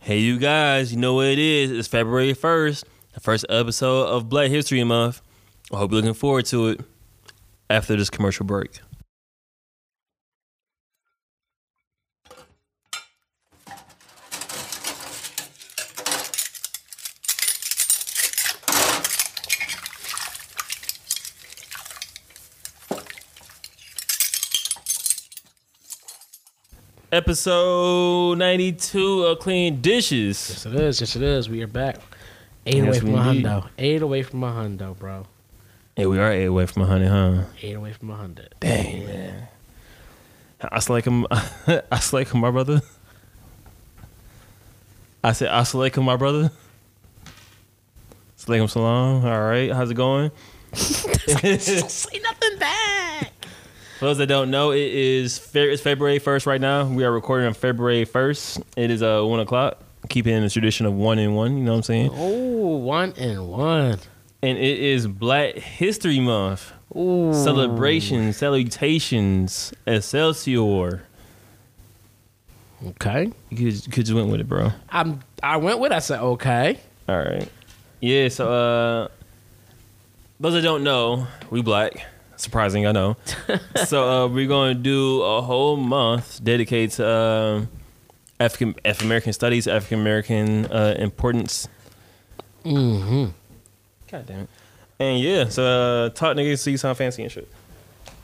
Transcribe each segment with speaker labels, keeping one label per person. Speaker 1: Hey, you guys, you know what it is? It's February 1st, the first episode of Black History Month. I hope you're looking forward to it after this commercial break. Episode 92 of Clean Dishes.
Speaker 2: Yes, it is. Yes, it is. We are back. Eight
Speaker 1: Yes,
Speaker 2: away from
Speaker 1: we
Speaker 2: a
Speaker 1: indeed.
Speaker 2: hundo. Eight away from a hundo, bro.
Speaker 1: Hey, we are eight away from 100, huh?
Speaker 2: Eight away from a hundo.
Speaker 1: Dang, man. I like him. I like him, my brother. I said, I like him, my brother. Slake him salam. All right, how's it going?
Speaker 2: Say nothing back.
Speaker 1: For those that don't know, it is Fe- it's February first right now. We are recording on February first. It is uh one o'clock. Keeping the tradition of one and one, you know what I'm saying?
Speaker 2: Oh, one and one.
Speaker 1: And it is Black History Month.
Speaker 2: Ooh.
Speaker 1: Celebrations, salutations, Excelsior.
Speaker 2: Okay.
Speaker 1: You could, could just went with it, bro.
Speaker 2: I'm. I went with. I said okay.
Speaker 1: All right. Yeah, so uh those that don't know, we black. Surprising, I know. so uh we're going to do a whole month dedicated to um African African American studies, African American uh importance.
Speaker 2: Mm-hmm.
Speaker 1: God damn it. And yeah, so uh talk niggas see sound fancy and shit.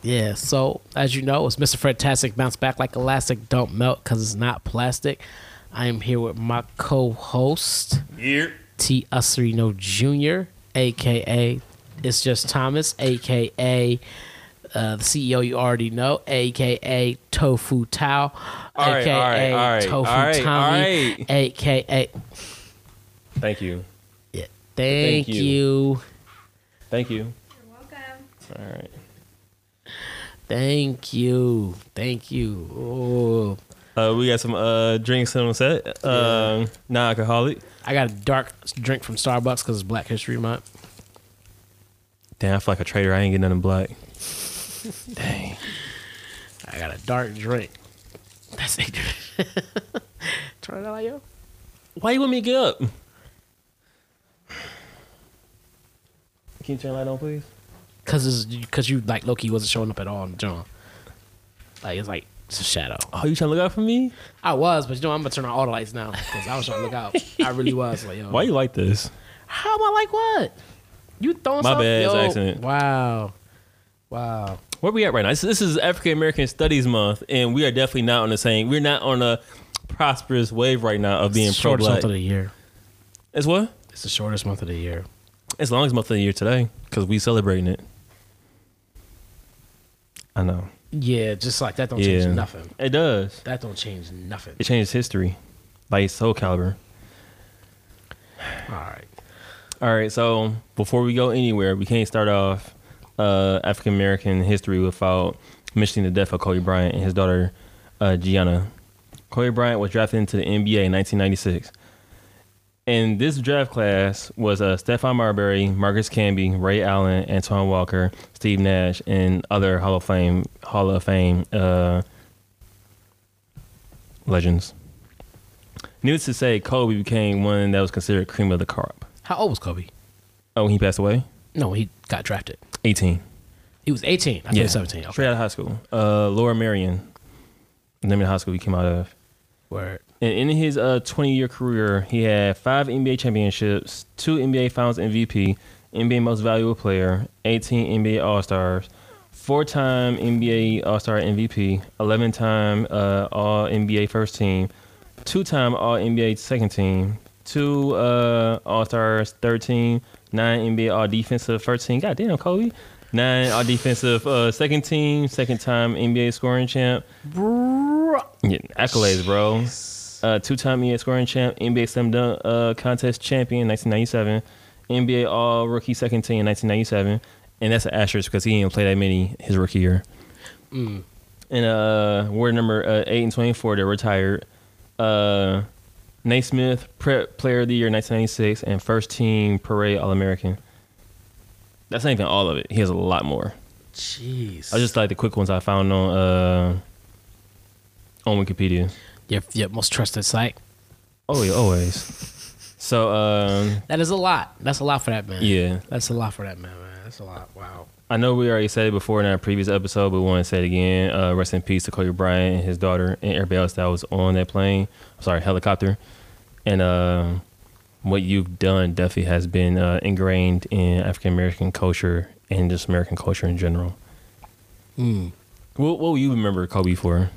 Speaker 2: Yeah, so as you know, it's Mr. Fantastic Bounce Back Like Elastic Don't Melt Because It's Not Plastic. I am here with my co host,
Speaker 1: Yeah.
Speaker 2: T. Userino Jr., aka It's Just Thomas, aka uh, the CEO you already know, aka Tofu Tao,
Speaker 1: All right,
Speaker 2: aka
Speaker 1: all right, all right,
Speaker 2: Tofu
Speaker 1: all right,
Speaker 2: Tommy,
Speaker 1: all right.
Speaker 2: aka.
Speaker 1: Thank you.
Speaker 2: Yeah, thank,
Speaker 1: you.
Speaker 2: you.
Speaker 1: Thank you.
Speaker 3: You're welcome.
Speaker 1: All right.
Speaker 2: Thank you. Thank you. Oh,
Speaker 1: Uh, we got some uh, drinks on set. Um, Non-alcoholic.
Speaker 2: I got a dark drink from Starbucks because it's Black History Month.
Speaker 1: Damn, I feel like a traitor. I ain't getting nothing black. Dang.
Speaker 2: I got a dark drink. That's it. Turn it on, yo.
Speaker 1: Why you want me to get up? Can you turn the light on, please?
Speaker 2: Cause it's cause you like Loki wasn't showing up at all in John. Like it's like it's a shadow.
Speaker 1: Oh, you trying to look out for me?
Speaker 2: I was, but you know I'm gonna turn on all the lights now because I was trying to look out. I really was like yo.
Speaker 1: Why you like this?
Speaker 2: How am I like what? You throwing
Speaker 1: My
Speaker 2: something?
Speaker 1: bad, it's
Speaker 2: yo.
Speaker 1: accident.
Speaker 2: Wow, wow.
Speaker 1: Where we at right now? This, this is African American Studies Month, and we are definitely not on the same. We're not on a prosperous wave right now of being
Speaker 2: It's the shortest
Speaker 1: pro-black.
Speaker 2: month of the year.
Speaker 1: It's what?
Speaker 2: It's the shortest month of the year.
Speaker 1: It's the longest month of the year today because we celebrating it. I know.
Speaker 2: Yeah, just like that don't
Speaker 1: yeah,
Speaker 2: change nothing.
Speaker 1: It does.
Speaker 2: That don't change nothing.
Speaker 1: It changes history, like Soul Caliber.
Speaker 2: All right.
Speaker 1: All right, so before we go anywhere, we can't start off uh, African American history without mentioning the death of Kobe Bryant and his daughter uh, Gianna. Kobe Bryant was drafted into the NBA in 1996. And this draft class was uh, Stephon Marbury, Marcus Camby, Ray Allen, Antoine Walker, Steve Nash, and other Hall of Fame Hall of Fame uh, legends. Needless to say, Kobe became one that was considered cream of the crop.
Speaker 2: How old was Kobe?
Speaker 1: Oh, when he passed away?
Speaker 2: No, he got drafted.
Speaker 1: 18.
Speaker 2: He was 18. I think he was 17. Okay.
Speaker 1: Straight out of high school. Uh, Laura Marion. The name of the high school he came out of.
Speaker 2: Word.
Speaker 1: And in his uh, 20 year career, he had five NBA championships, two NBA Finals MVP, NBA Most Valuable Player, 18 NBA All Stars, four time NBA All Star MVP, 11 time uh, All NBA First Team, two time All NBA Second Team, two uh, All Stars Third Team, nine NBA All Defensive First Team. God damn, Kobe. Nine All Defensive uh, Second Team, second time NBA Scoring Champ. Yeah, accolades, bro. Uh, two-time EA scoring champ, NBA Slam Dunk uh, contest champion, 1997, NBA All Rookie Second Team, 1997, and that's an asterisk because he didn't play that many his rookie year. And uh, word number uh, eight and 24, they retired. Uh, Naismith Prep Player of the Year, 1996, and First Team Parade All-American. That's not even all of it. He has a lot more.
Speaker 2: Jeez.
Speaker 1: I just like the quick ones I found on uh, on Wikipedia.
Speaker 2: your, your most trusted site.
Speaker 1: Oh yeah, always. So um,
Speaker 2: That is a lot. That's a lot for that man.
Speaker 1: yeah,
Speaker 2: That's a lot for that man, man. That's a lot. Wow.
Speaker 1: I know we already said it before in our previous episode, but we want to say it again. Uh, rest in peace to Kobe Bryant and his daughter and everybody else that was on that plane. I'm sorry, helicopter. And uh, what you've done, Duffy, has been uh, ingrained in African American culture and just American culture in general.
Speaker 2: Mm.
Speaker 1: What, what will you remember Kobe for?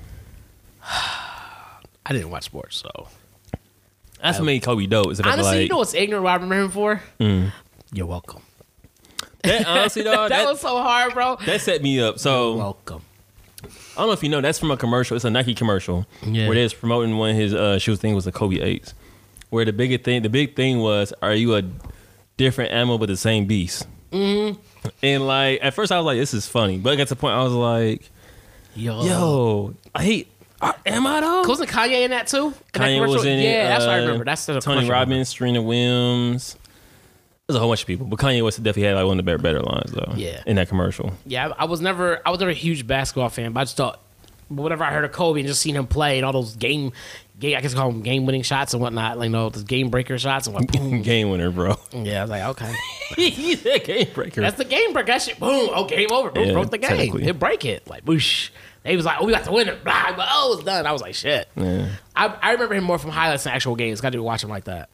Speaker 2: I didn't watch sports, so
Speaker 1: That's what made Kobe dope. Is that I feel
Speaker 2: honestly,
Speaker 1: like,
Speaker 2: you know what's ignorant? What I remember him for?
Speaker 1: Mm.
Speaker 2: You're welcome.
Speaker 1: that, honestly, dog,
Speaker 2: Oh, that
Speaker 1: that,
Speaker 2: was so hard, bro.
Speaker 1: that set me up. So
Speaker 2: welcome.
Speaker 1: I don't know if you know, that's from a commercial. It's a Nike commercial
Speaker 2: Yeah.
Speaker 1: where they was promoting one of his uh, shoes. Thing was a Kobe Eights, where the bigger thing, the big thing was, are you a different animal but the same beast? Mm-hmm. And like at first, I was like, this is funny, but I got to the point, I was like,
Speaker 2: Yo.
Speaker 1: yo, I hate. I- Am I though?
Speaker 2: Wasn't Kanye in that too? In that
Speaker 1: Kanye was
Speaker 2: commercial?
Speaker 1: in it.
Speaker 2: Yeah, that's what I
Speaker 1: uh,
Speaker 2: remember. That's the
Speaker 1: Tony
Speaker 2: commercial I remember.
Speaker 1: Robbins, Serena Williams. There's a whole bunch of people, but Kanye West definitely had like one of the better, better lines though.
Speaker 2: Yeah.
Speaker 1: in that commercial.
Speaker 2: Yeah, I, I was never I was never a huge basketball fan, but I just thought but whenever I heard of Kobe and just seen him play and all those game, game I guess call them game winning shots and whatnot, like you know those game breaker shots and what boom.
Speaker 1: Game winner, bro.
Speaker 2: yeah, I was like okay,
Speaker 1: He's a game breaker.
Speaker 2: Mm. that's the game breaker. That shit, boom, oh game over, boom,
Speaker 1: Yeah,
Speaker 2: broke the game,
Speaker 1: technically.
Speaker 2: it break it like whoosh. They was like, oh, we got to win it, blah, but oh, it's done. I was like, shit.
Speaker 1: yeah.
Speaker 2: I, I remember him more from highlights than actual games. 'cause I didn't watch him like that.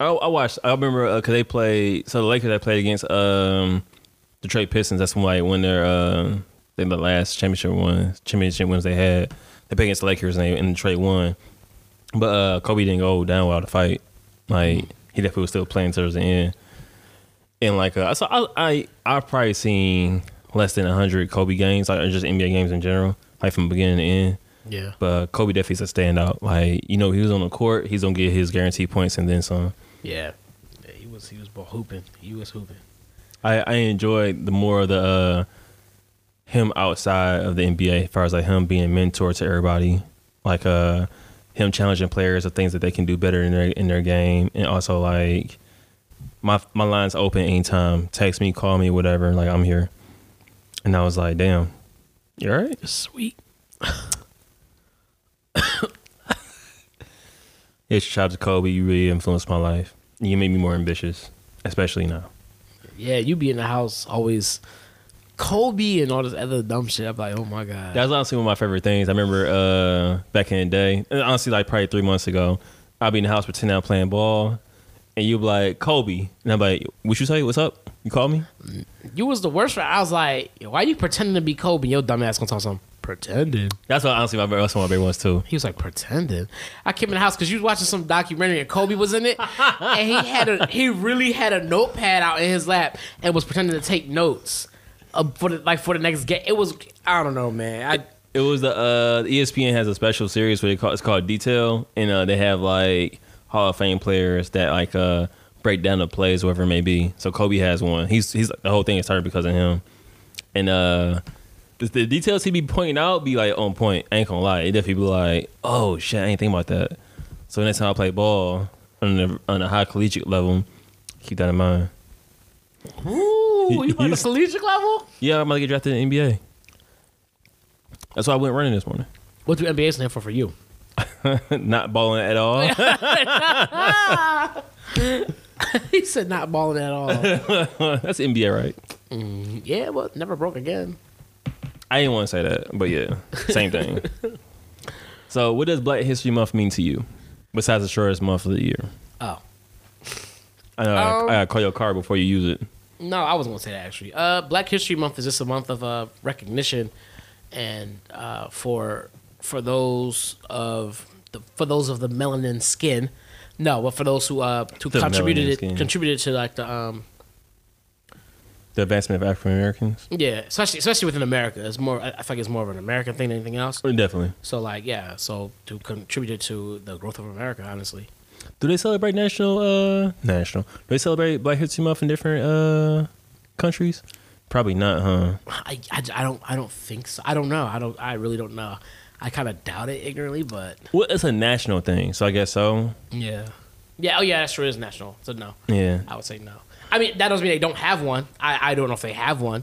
Speaker 1: I, I watched. I remember because they played. So the Lakers that played against um, Detroit Pistons. That's when like when their um, they the last championship ones, championship wins they had. They played against the Lakers and they and Detroit won. But uh, Kobe didn't go down without a fight. Like he definitely was still playing towards the end. And like uh, so, I I I've probably seen less than hundred Kobe games, like or just NBA games in general, like from beginning to end.
Speaker 2: Yeah.
Speaker 1: But Kobe definitely is a standout. Like you know, he was on the court. He's gonna get his guaranteed points and then some.
Speaker 2: Yeah. yeah he was he was bo- hooping. He was hooping.
Speaker 1: I, I enjoy the more of the uh, him outside of the NBA, as far as like him being a mentor to everybody, like uh, him challenging players of things that they can do better in their in their game, and also like my my line's open anytime. Text me, call me, whatever. Like I'm here, and I was like, damn, you all right?
Speaker 2: Sweet.
Speaker 1: It's shout out to Kobe. You really influenced my life. You made me more ambitious, especially now.
Speaker 2: Yeah, you be in the house always Kobe and all this other dumb shit. I'm like, oh my god.
Speaker 1: That's honestly one of my favorite things. I remember uh, back in the day, and honestly, like probably three months ago, I'd be in the house pretending I'm playing ball, and you'd be like, Kobe. And I'm like, what you say? What's up? You call me?
Speaker 2: you was the worst. For, I was like, why you pretending to be Kobe? Your dumb ass gonna talk something. Pretending.
Speaker 1: That's what honestly my, that's one of my favorite ones too.
Speaker 2: He was like pretending. I came in the house because you was watching some documentary and Kobe was in it, and he had a he really had a notepad out in his lap and was pretending to take notes, uh, for the, like for the next game. It was I don't know, man. I,
Speaker 1: It was the uh, ESPN has a special series where they call it's called Detail, and uh, they have like Hall of Fame players that like uh, break down the plays, whatever it may be. So Kobe has one. He's he's the whole thing started because of him, and uh, the, the details he be pointing out be like on point. I ain't gonna lie, it definitely be like, oh shit, I ain't think about that. So next time I play ball on the on a high collegiate level, keep that in mind.
Speaker 2: ooh, you on
Speaker 1: You-
Speaker 2: the collegiate level?
Speaker 1: Yeah, I'm about to get drafted in the NBA. That's why I went running this morning.
Speaker 2: What do NBA stand for for you?
Speaker 1: Not balling at all.
Speaker 2: he said not balling at all.
Speaker 1: That's NBA, right?
Speaker 2: yeah, well, never broke again.
Speaker 1: I didn't want to say that, but yeah, same thing. so, what does Black History Month mean to you, besides the shortest month of the year?
Speaker 2: Oh.
Speaker 1: I know
Speaker 2: Um,
Speaker 1: I, I call your car before you use it.
Speaker 2: No, I wasn't gonna say that actually. Uh, Black History Month is just a month of uh, recognition, and uh, for for those of the, for those of the melanin skin, no, but for those who uh, who
Speaker 1: The melanin
Speaker 2: contributed
Speaker 1: skin.
Speaker 2: contributed to like the um
Speaker 1: The advancement of African Americans.
Speaker 2: yeah, especially especially within America, it's more I, I think it's more of an American thing than anything else.
Speaker 1: Definitely.
Speaker 2: So like yeah, so to contributed to the growth of America, honestly.
Speaker 1: Do they celebrate national? uh National. Do they celebrate Black History Month in different uh countries? Probably not, huh?
Speaker 2: I, I, I don't I don't think so. I don't know. I don't. I really don't know. I kind of doubt it ignorantly, but
Speaker 1: Well, it's a national thing, so I guess so.
Speaker 2: yeah, yeah. Oh yeah, that sure is national. So no,
Speaker 1: Yeah.
Speaker 2: I would say no. I mean, that doesn't mean they don't have one. I, I don't know if they have one,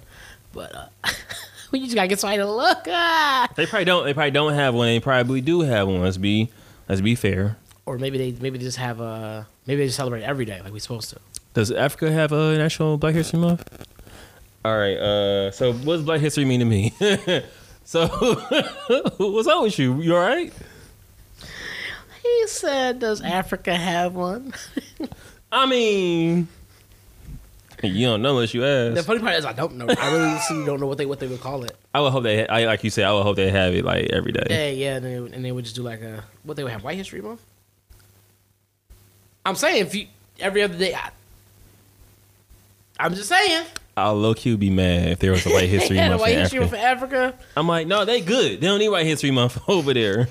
Speaker 2: but uh, we just gotta get somebody to look. Ah.
Speaker 1: They probably don't. They probably don't have one. They probably do have one. Let's be let's be fair.
Speaker 2: or maybe they maybe they just have a maybe they just celebrate every day like we're supposed to.
Speaker 1: Does Africa have a national Black History Month? All right. Uh, so what does Black History mean to me? so what's up with you? You all right?
Speaker 2: He said, "Does Africa have one?"
Speaker 1: I mean, you don't know unless you
Speaker 2: The
Speaker 1: ask.
Speaker 2: funny part is I don't know. I really honestly don't know what they what they would call it.
Speaker 1: I would hope they. I like you said. I would hope they have it like every day.
Speaker 2: Yeah, yeah, and they, would- and they would just do like a what they would have White History Month. I'm saying if you every other day. I, I'm just saying.
Speaker 1: I'll low key be mad if there was a White History
Speaker 2: they had a
Speaker 1: Month.
Speaker 2: White
Speaker 1: in
Speaker 2: History Month
Speaker 1: Africa.
Speaker 2: for Africa.
Speaker 1: I'm like, no, they good. They don't need White History Month over there.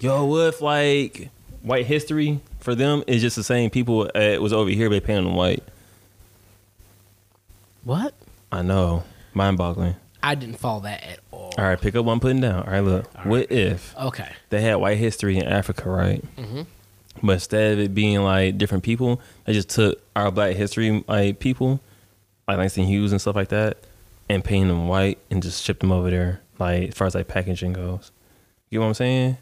Speaker 1: Yo, what if like White History for them is just the same people uh, was over here, but they painted them white.
Speaker 2: What?
Speaker 1: I know, mind boggling.
Speaker 2: I didn't follow that at all.
Speaker 1: All right, pick up one, putting down. All right, look, what if
Speaker 2: Okay.
Speaker 1: they had White History in Africa, right? But instead of it being like different people, they just took our Black History like people, like Langston Hughes and stuff like that, and painted them white and just shipped them over there. Like as far as like packaging goes, you know what I'm saying?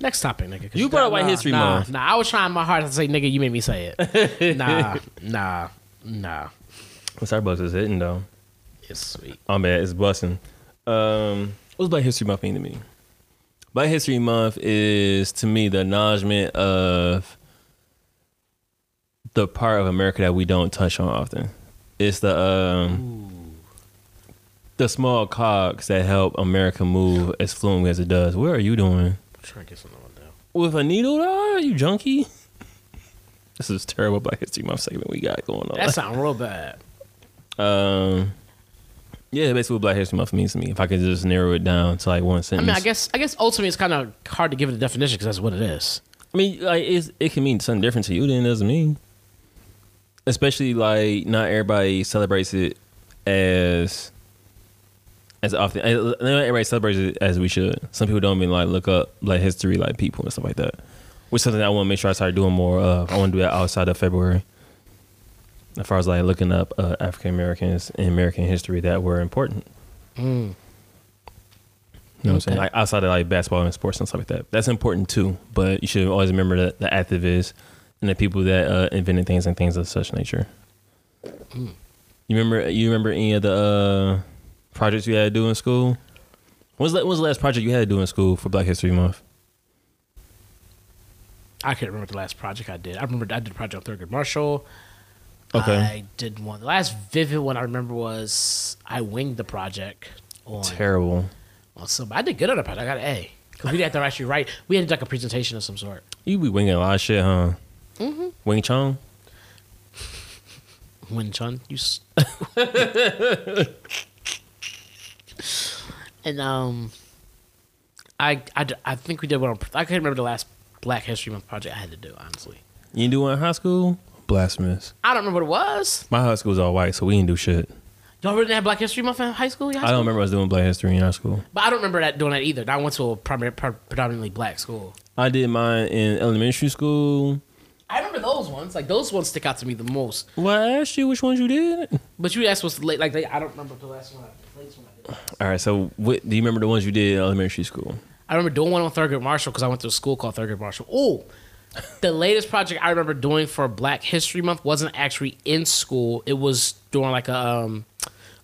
Speaker 2: Next topic, nigga. 'cause
Speaker 1: You brought up
Speaker 2: got-
Speaker 1: White
Speaker 2: nah,
Speaker 1: History
Speaker 2: nah,
Speaker 1: Month.
Speaker 2: Nah, I was trying my hardest to say, nigga, you made me say it. nah, nah, nah.
Speaker 1: Well, Starbucks is hitting though.
Speaker 2: It's sweet.
Speaker 1: Oh man, it's busting. Um, what's Black History Month mean to me? Black History Month is to me the acknowledgement of the part of America that we don't touch on often. It's the um, the small cogs that help America move as fluently as it does. What are you doing
Speaker 2: I'm trying to get something on there.
Speaker 1: with a needle? Dog? Are you junkie? This is terrible Black History Month segment we got going on.
Speaker 2: That sound real bad.
Speaker 1: Um, yeah, basically what Black History Month means to me. If I could just narrow it down to like one
Speaker 2: I
Speaker 1: sentence.
Speaker 2: mean, I guess I guess ultimately it's kind of hard to give it a definition because that's what it is.
Speaker 1: I mean, like it's, it can mean something different to you than it does to me. Especially like not everybody celebrates it as as often. eh, Not everybody celebrates it as we should. Some people don't even like look up like history, like people and stuff like that. Which is something I want to make sure I start doing more of. I want to do that outside of February. As far as like looking up uh, African Americans in American history that were important. You know what I'm saying?
Speaker 2: Okay.
Speaker 1: Like outside of like basketball and sports and stuff like that. That's important too. But you should always remember that the activists and the people that uh, invented things and things of such nature. You remember? You remember any of the uh, projects you had to do in school? When's the, when was the last project you had to do in school for Black History Month?
Speaker 2: I can't remember the last project I did. I remember I did a project on Thurgood Marshall.
Speaker 1: Okay.
Speaker 2: I did one. The last vivid one I remember was I winged the project on
Speaker 1: Terrible.
Speaker 2: on somebody. I did good on the project. I got an A because we had to actually write. We had to do like a presentation of some sort.
Speaker 1: You be winging a lot of shit, huh? Mm-hmm. Wing Chong.
Speaker 2: Win Chun, you. s- and um, I, I d- I think we did one. On, I can't remember the last Black History Month project I had to do. Honestly,
Speaker 1: You do one in high school? Blasphemous.
Speaker 2: I don't remember what it was.
Speaker 1: My high school was all white, so we didn't do shit.
Speaker 2: Y'all really didn't have Black History Month in high school? Your high
Speaker 1: I don't
Speaker 2: school?
Speaker 1: remember us doing Black History in high school.
Speaker 2: But I don't remember that doing that either. I went to a primary, pre- predominantly black school.
Speaker 1: I did mine in elementary school.
Speaker 2: I remember those ones. Like those ones stick out to me the most.
Speaker 1: Well, I asked you which ones you did.
Speaker 2: But you asked what's the late. Like they, I don't remember the last one. I, the latest one I did.
Speaker 1: All right, so what do you remember the ones you did in elementary school?
Speaker 2: I remember doing one on Thurgood Marshall because I went to a school called Thurgood Marshall. Oh, the latest project I remember doing for Black History Month wasn't actually in school. It was doing like a um,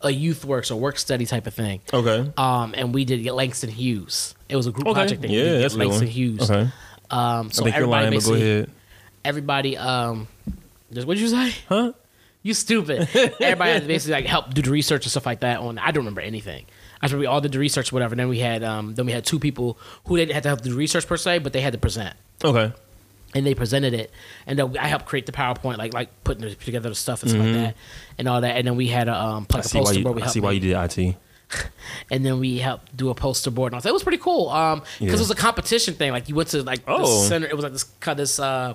Speaker 2: a youth works or work study type of thing.
Speaker 1: Okay.
Speaker 2: Um, and we did get Langston Hughes. It was a group project that we
Speaker 1: Yeah,
Speaker 2: did
Speaker 1: that's
Speaker 2: get
Speaker 1: a good
Speaker 2: Langston
Speaker 1: one.
Speaker 2: Hughes.
Speaker 1: Okay.
Speaker 2: Um, so
Speaker 1: I think you're
Speaker 2: everybody
Speaker 1: lying, but go
Speaker 2: basically-
Speaker 1: ahead.
Speaker 2: everybody um just what'd you say
Speaker 1: Huh?
Speaker 2: you stupid everybody had to basically like help do the research and stuff like that on i don't remember anything i remember we all did the research whatever then we had um then we had two people who didn't have to help do the research per se but they had to present
Speaker 1: Okay.
Speaker 2: and they presented it and then i helped create the powerpoint like like putting it together the stuff and stuff like that and all that and then we had a um
Speaker 1: Mm-hmm. I
Speaker 2: like a
Speaker 1: see why
Speaker 2: poster
Speaker 1: you,
Speaker 2: board we
Speaker 1: I
Speaker 2: helped
Speaker 1: see why
Speaker 2: make.
Speaker 1: you did IT.
Speaker 2: and then we helped do a poster board and all that. it was pretty cool um because
Speaker 1: Yeah.
Speaker 2: it was a competition thing like you went to like
Speaker 1: Oh.
Speaker 2: the center it was like this cut this uh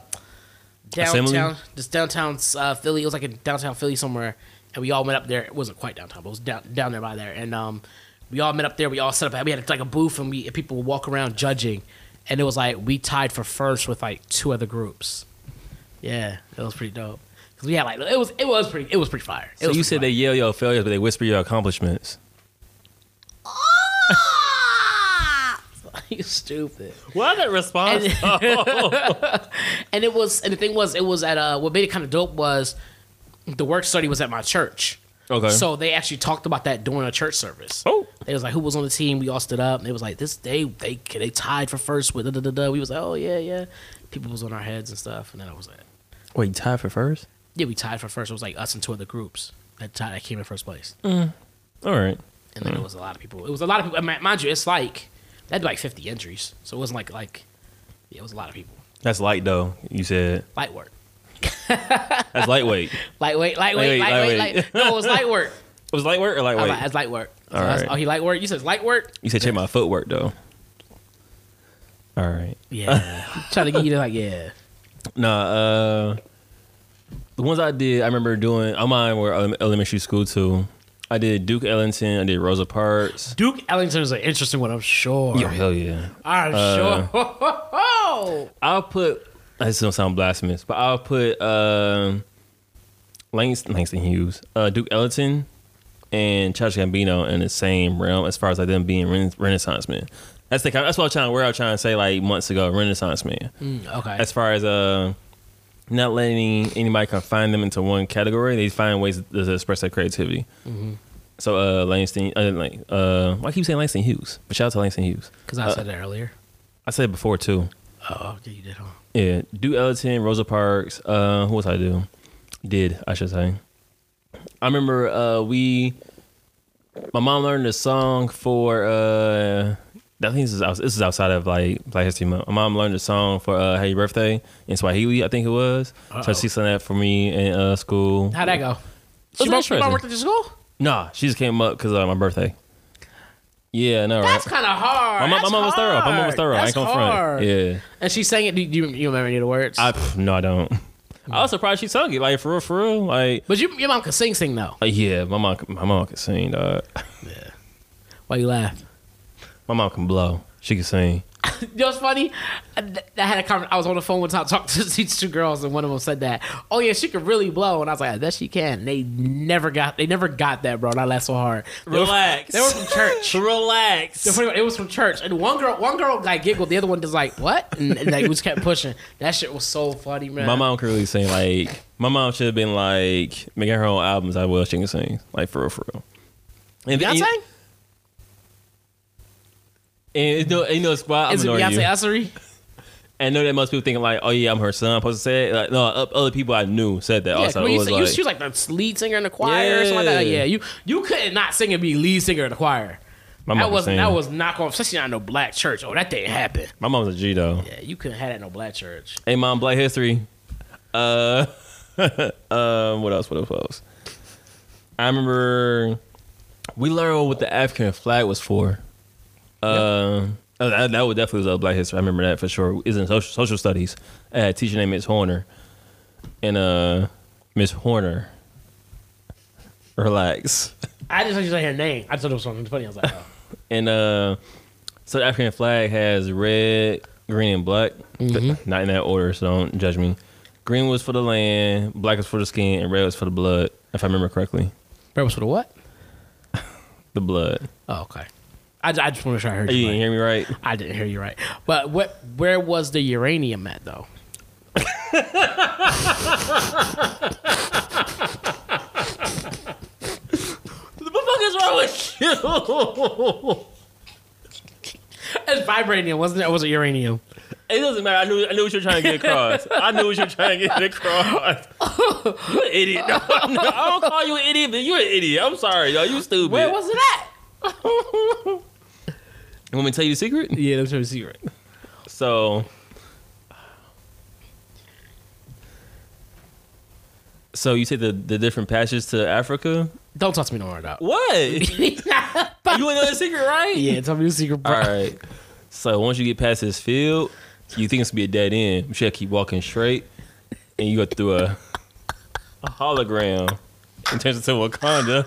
Speaker 1: Assembly?
Speaker 2: downtown this downtown uh, Philly. It was like in downtown Philly somewhere, and we all went up there. It wasn't quite downtown, but it was down down there by there. And um, we all met up there. We all set up. We had like a booth, and we and people would walk around judging, and it was like we tied for first with like two other groups. Yeah, it was pretty dope. Cause we had like it was it was pretty it was pretty fire. It
Speaker 1: So
Speaker 2: was
Speaker 1: you
Speaker 2: pretty
Speaker 1: said they
Speaker 2: fire.
Speaker 1: yell your failures, but they whisper your accomplishments.
Speaker 2: you stupid.
Speaker 1: What a response! Oh.
Speaker 2: And it was, and the thing was, it was at uh, what made it kind of dope was the work study was at my church.
Speaker 1: okay.
Speaker 2: So they actually talked about that during a church service.
Speaker 1: Oh.
Speaker 2: They was like, who was on the team? We all stood up. And it was like, this they they they tied for first with da da da da. We was like, oh yeah yeah. People was on our heads and stuff. And then I was like,
Speaker 1: wait, tied for first.
Speaker 2: yeah, we tied for first. It was like us and two other groups that tied that came in first place.
Speaker 1: All right.
Speaker 2: And then it was a lot of people. It was a lot of people. mi- Mind you, it's like that'd be like fifty entries. So it wasn't like like yeah, it was a lot of people.
Speaker 1: That's light though. You said
Speaker 2: Light work.
Speaker 1: that's lightweight.
Speaker 2: Lightweight, lightweight,
Speaker 1: Lightweight,
Speaker 2: lightweight,
Speaker 1: lightweight.
Speaker 2: light- No, it was light work.
Speaker 1: It was lightweight or
Speaker 2: I was
Speaker 1: lightweight.
Speaker 2: like, that's light work.
Speaker 1: All
Speaker 2: So I was-
Speaker 1: right.
Speaker 2: Oh, he light work. You said it's light work.
Speaker 1: you said check my footwork though. All right.
Speaker 2: Yeah. Trying to get you to like yeah.
Speaker 1: Nah. Uh, the ones I did, I remember doing. uh, Mine were ele- elementary school too. I did Duke Ellington. I did Rosa Parks.
Speaker 2: Duke Ellington is an interesting one, I'm sure.
Speaker 1: Yo, hell yeah. Uh,
Speaker 2: I'm sure.
Speaker 1: I'll put. This don't sound blasphemous, but I'll put um, Langston, Langston Hughes, uh, Duke Ellington, and Childish Gambino in the same realm as far as like them being rena- Renaissance men. That's the kind. That's what I'm trying. Where I was trying to say like months ago, Renaissance men.
Speaker 2: okay.
Speaker 1: As far as uh, not letting anybody confine them into one category, they find ways to express their creativity. So uh, Langston, uh, like, uh, why keep saying Langston Hughes? But shout out to Langston Hughes.
Speaker 2: Because I said that earlier.
Speaker 1: I said it before too.
Speaker 2: Oh, okay, you did, huh?
Speaker 1: Yeah, Duke Ellington, Rosa Parks. Uh, who else I do? Did I should say? I remember uh, we. My mom learned a song for. Uh, I think this is outs- this is outside of like Black History Month. My mom learned a song for uh, "Happy Birthday" in Swahili. I think it was.
Speaker 2: Uh-oh.
Speaker 1: So she sang that for me in uh, school.
Speaker 2: How'd that go?
Speaker 1: was
Speaker 2: She worked, your
Speaker 1: interesting.
Speaker 2: mom worked at your school?
Speaker 1: Nah, she just came up because of my birthday. Yeah, no,
Speaker 2: That's
Speaker 1: right.
Speaker 2: kind of hard.
Speaker 1: Uh, My mom, my
Speaker 2: That's
Speaker 1: mom was thorough. My mom was
Speaker 2: hard.
Speaker 1: thorough. I ain't
Speaker 2: That's
Speaker 1: gonna
Speaker 2: hard.
Speaker 1: front. Yeah.
Speaker 2: And she sang it. Do you, you remember any of the words?
Speaker 1: I pff, no, I don't. I was surprised she sung it. Like for real, for real. Like
Speaker 2: but you, your mom could sing, sing, though.
Speaker 1: Uh, yeah, my mom, my mom can sing, dog.
Speaker 2: Why you laugh?
Speaker 1: My mom can blow. She can sing.
Speaker 2: You know what's funny? I, th- I had a conver- I was on the phone one time talking to these two girls, and one of them said that, "Oh yeah, she could really blow," and I was like, "I bet she can." And they never got, they never got that, bro. And I laughed so hard. They were-
Speaker 1: Relax.
Speaker 2: They were from church.
Speaker 1: Relax.
Speaker 2: The funny part, It was from church, and one girl, one girl like giggled, the other one just like what, and, and like we just kept pushing. That shit was so funny, man.
Speaker 1: My mom can really sing. Like my mom should have been like making her own albums. I will. She can sing. Like for real, for real. And
Speaker 2: Beyonce
Speaker 1: And, and you know, you know, squad. I'm
Speaker 2: is it
Speaker 1: ignoring
Speaker 2: Beyonce
Speaker 1: you.
Speaker 2: Essery?
Speaker 1: I know that most people thinking like, oh yeah, I'm her son. I'm supposed to say it. Like, no, o- other people I knew said that.
Speaker 2: Yeah,
Speaker 1: also, Oh, it
Speaker 2: well, you
Speaker 1: was
Speaker 2: said- you-
Speaker 1: like,
Speaker 2: she was like the lead singer in the choir or something like that.
Speaker 1: Yeah.
Speaker 2: Yeah, you you couldn't not sing and be lead singer in the choir.
Speaker 1: my mom
Speaker 2: That
Speaker 1: can
Speaker 2: was
Speaker 1: sing.
Speaker 2: that was not going, especially not in no black church. Oh, that didn't happen.
Speaker 1: My mom's a G though.
Speaker 2: Yeah, you couldn't have that in no black church.
Speaker 1: Hey, mom, Black History. Uh, um, what else? What else? What else? I remember we learned what the African flag was for. Uh, oh, that, that was definitely was uh, Black History. I remember that for sure. Is in social, social studies. I had a teacher named Miss Horner, and uh, Miss Horner. Relax.
Speaker 2: I just thought you said her name. I just thought it was something funny. I was like, oh.
Speaker 1: And uh, so the African flag has red, green, and black. Th- Not in that order, so don't judge me. Green was for the land, black was for the skin, and red was for the blood. If I remember correctly,
Speaker 2: Red was for the what?
Speaker 1: the blood.
Speaker 2: Oh, okay. I, I just want to try to hear
Speaker 1: You
Speaker 2: you.
Speaker 1: didn't
Speaker 2: Right.
Speaker 1: hear me right.
Speaker 2: I didn't hear you right. But what? Where was the uranium at though?
Speaker 1: What the fuck is wrong with you?
Speaker 2: It's vibranium, wasn't it? Or was it uranium?
Speaker 1: it doesn't matter. I knew. I knew what you were trying to get across. I knew what you were trying to get across. you an idiot. No, no, I don't call you an idiot, but you're an idiot. I'm sorry, y'all. You stupid.
Speaker 2: Where was it at?
Speaker 1: you want me to tell you the secret?
Speaker 2: Yeah, that's was secret.
Speaker 1: So. So you say the, the different passages to Africa?
Speaker 2: Don't talk to me no more about.
Speaker 1: What? you
Speaker 2: yeah,
Speaker 1: want another secret, right?
Speaker 2: tell me the secret. Bro.
Speaker 1: All right. So once you get past this field, you think it's gonna be a dead end. But you gotta keep walking straight, and you go through a a hologram and turns into Wakanda.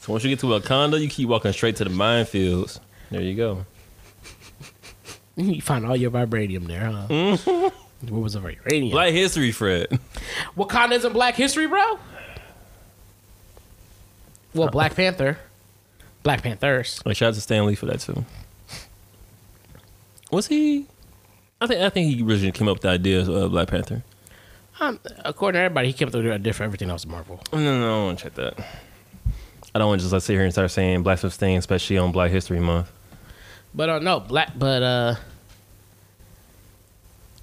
Speaker 1: So once you get to Wakanda, you keep walking straight to the minefields. There you go.
Speaker 2: You find all your vibranium there, huh? Where was the vibranium?
Speaker 1: Mm-hmm. Black History, Fred.
Speaker 2: Wakanda isn't Black History, bro. Well, Black Panther, Black Panthers.
Speaker 1: Like, shout out to Stan Lee for that too. Was he? I think I think he originally came up with the idea of uh, Black Panther.
Speaker 2: Um, according to everybody, he came through a different everything else Marvel.
Speaker 1: No, no, no I don't want to check that. I don't want to just like sit here and start saying blasphemous things, especially on Black History Month.
Speaker 2: But uh, no, black. But uh,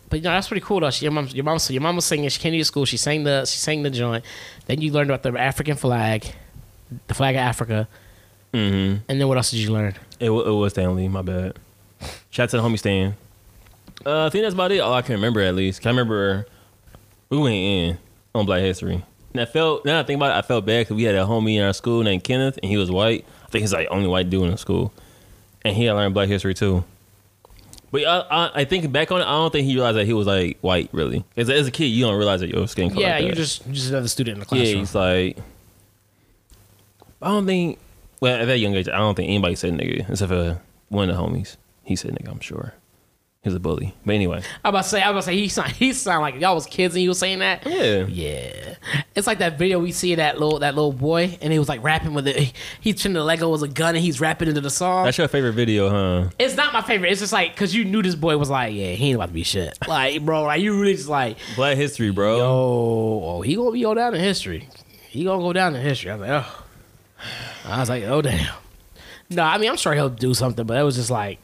Speaker 2: but you know that's pretty cool though. She, your mom, your mom, so your mom was singing. She came to your school. She sang the she sang the joint. Then you learned about the African flag, the flag of Africa.
Speaker 1: Mm-hmm.
Speaker 2: And then what else did you learn?
Speaker 1: It, wa- it was Stanley. My bad. Shout out to the homie Stan. Uh, I think that's about it. All I can remember, at least. 'Cause I remember we went in on Black History. And I felt now that I think about it, I felt bad because we had a homie in our school named Kenneth, and he was white. I think he's like the only white dude in the school, and he had learned Black History too. But I, I, I think back on it, I don't think he realized that he was like white really. Because as a kid, you don't realize that your skin color.
Speaker 2: yeah,
Speaker 1: like
Speaker 2: you
Speaker 1: that.
Speaker 2: just you just another student in the
Speaker 1: Yeah,
Speaker 2: classroom.
Speaker 1: he's like, I don't think. Well, at that young age, I don't think anybody said nigga except for one of the homies. He said nigga, I'm sure. He's a bully, but anyway.
Speaker 2: I was about to say, I was about to say, he sound he sound like y'all was kids and you was saying that.
Speaker 1: Yeah.
Speaker 2: Yeah, it's like that video we see of that little that little boy, and he was like rapping with it. He, he turned the Lego as a gun, and he's rapping into the song.
Speaker 1: That's your favorite video, huh?
Speaker 2: it's not my favorite. It's just like because you knew this boy was like, yeah, he ain't about to be shit. Like, bro, like you really just like,
Speaker 1: Black history, bro.
Speaker 2: oh, oh he gonna be go down in history. He gonna go down in history. I was like, oh, I was like, oh damn. No, I mean I'm sure he'll do something, but it was just like,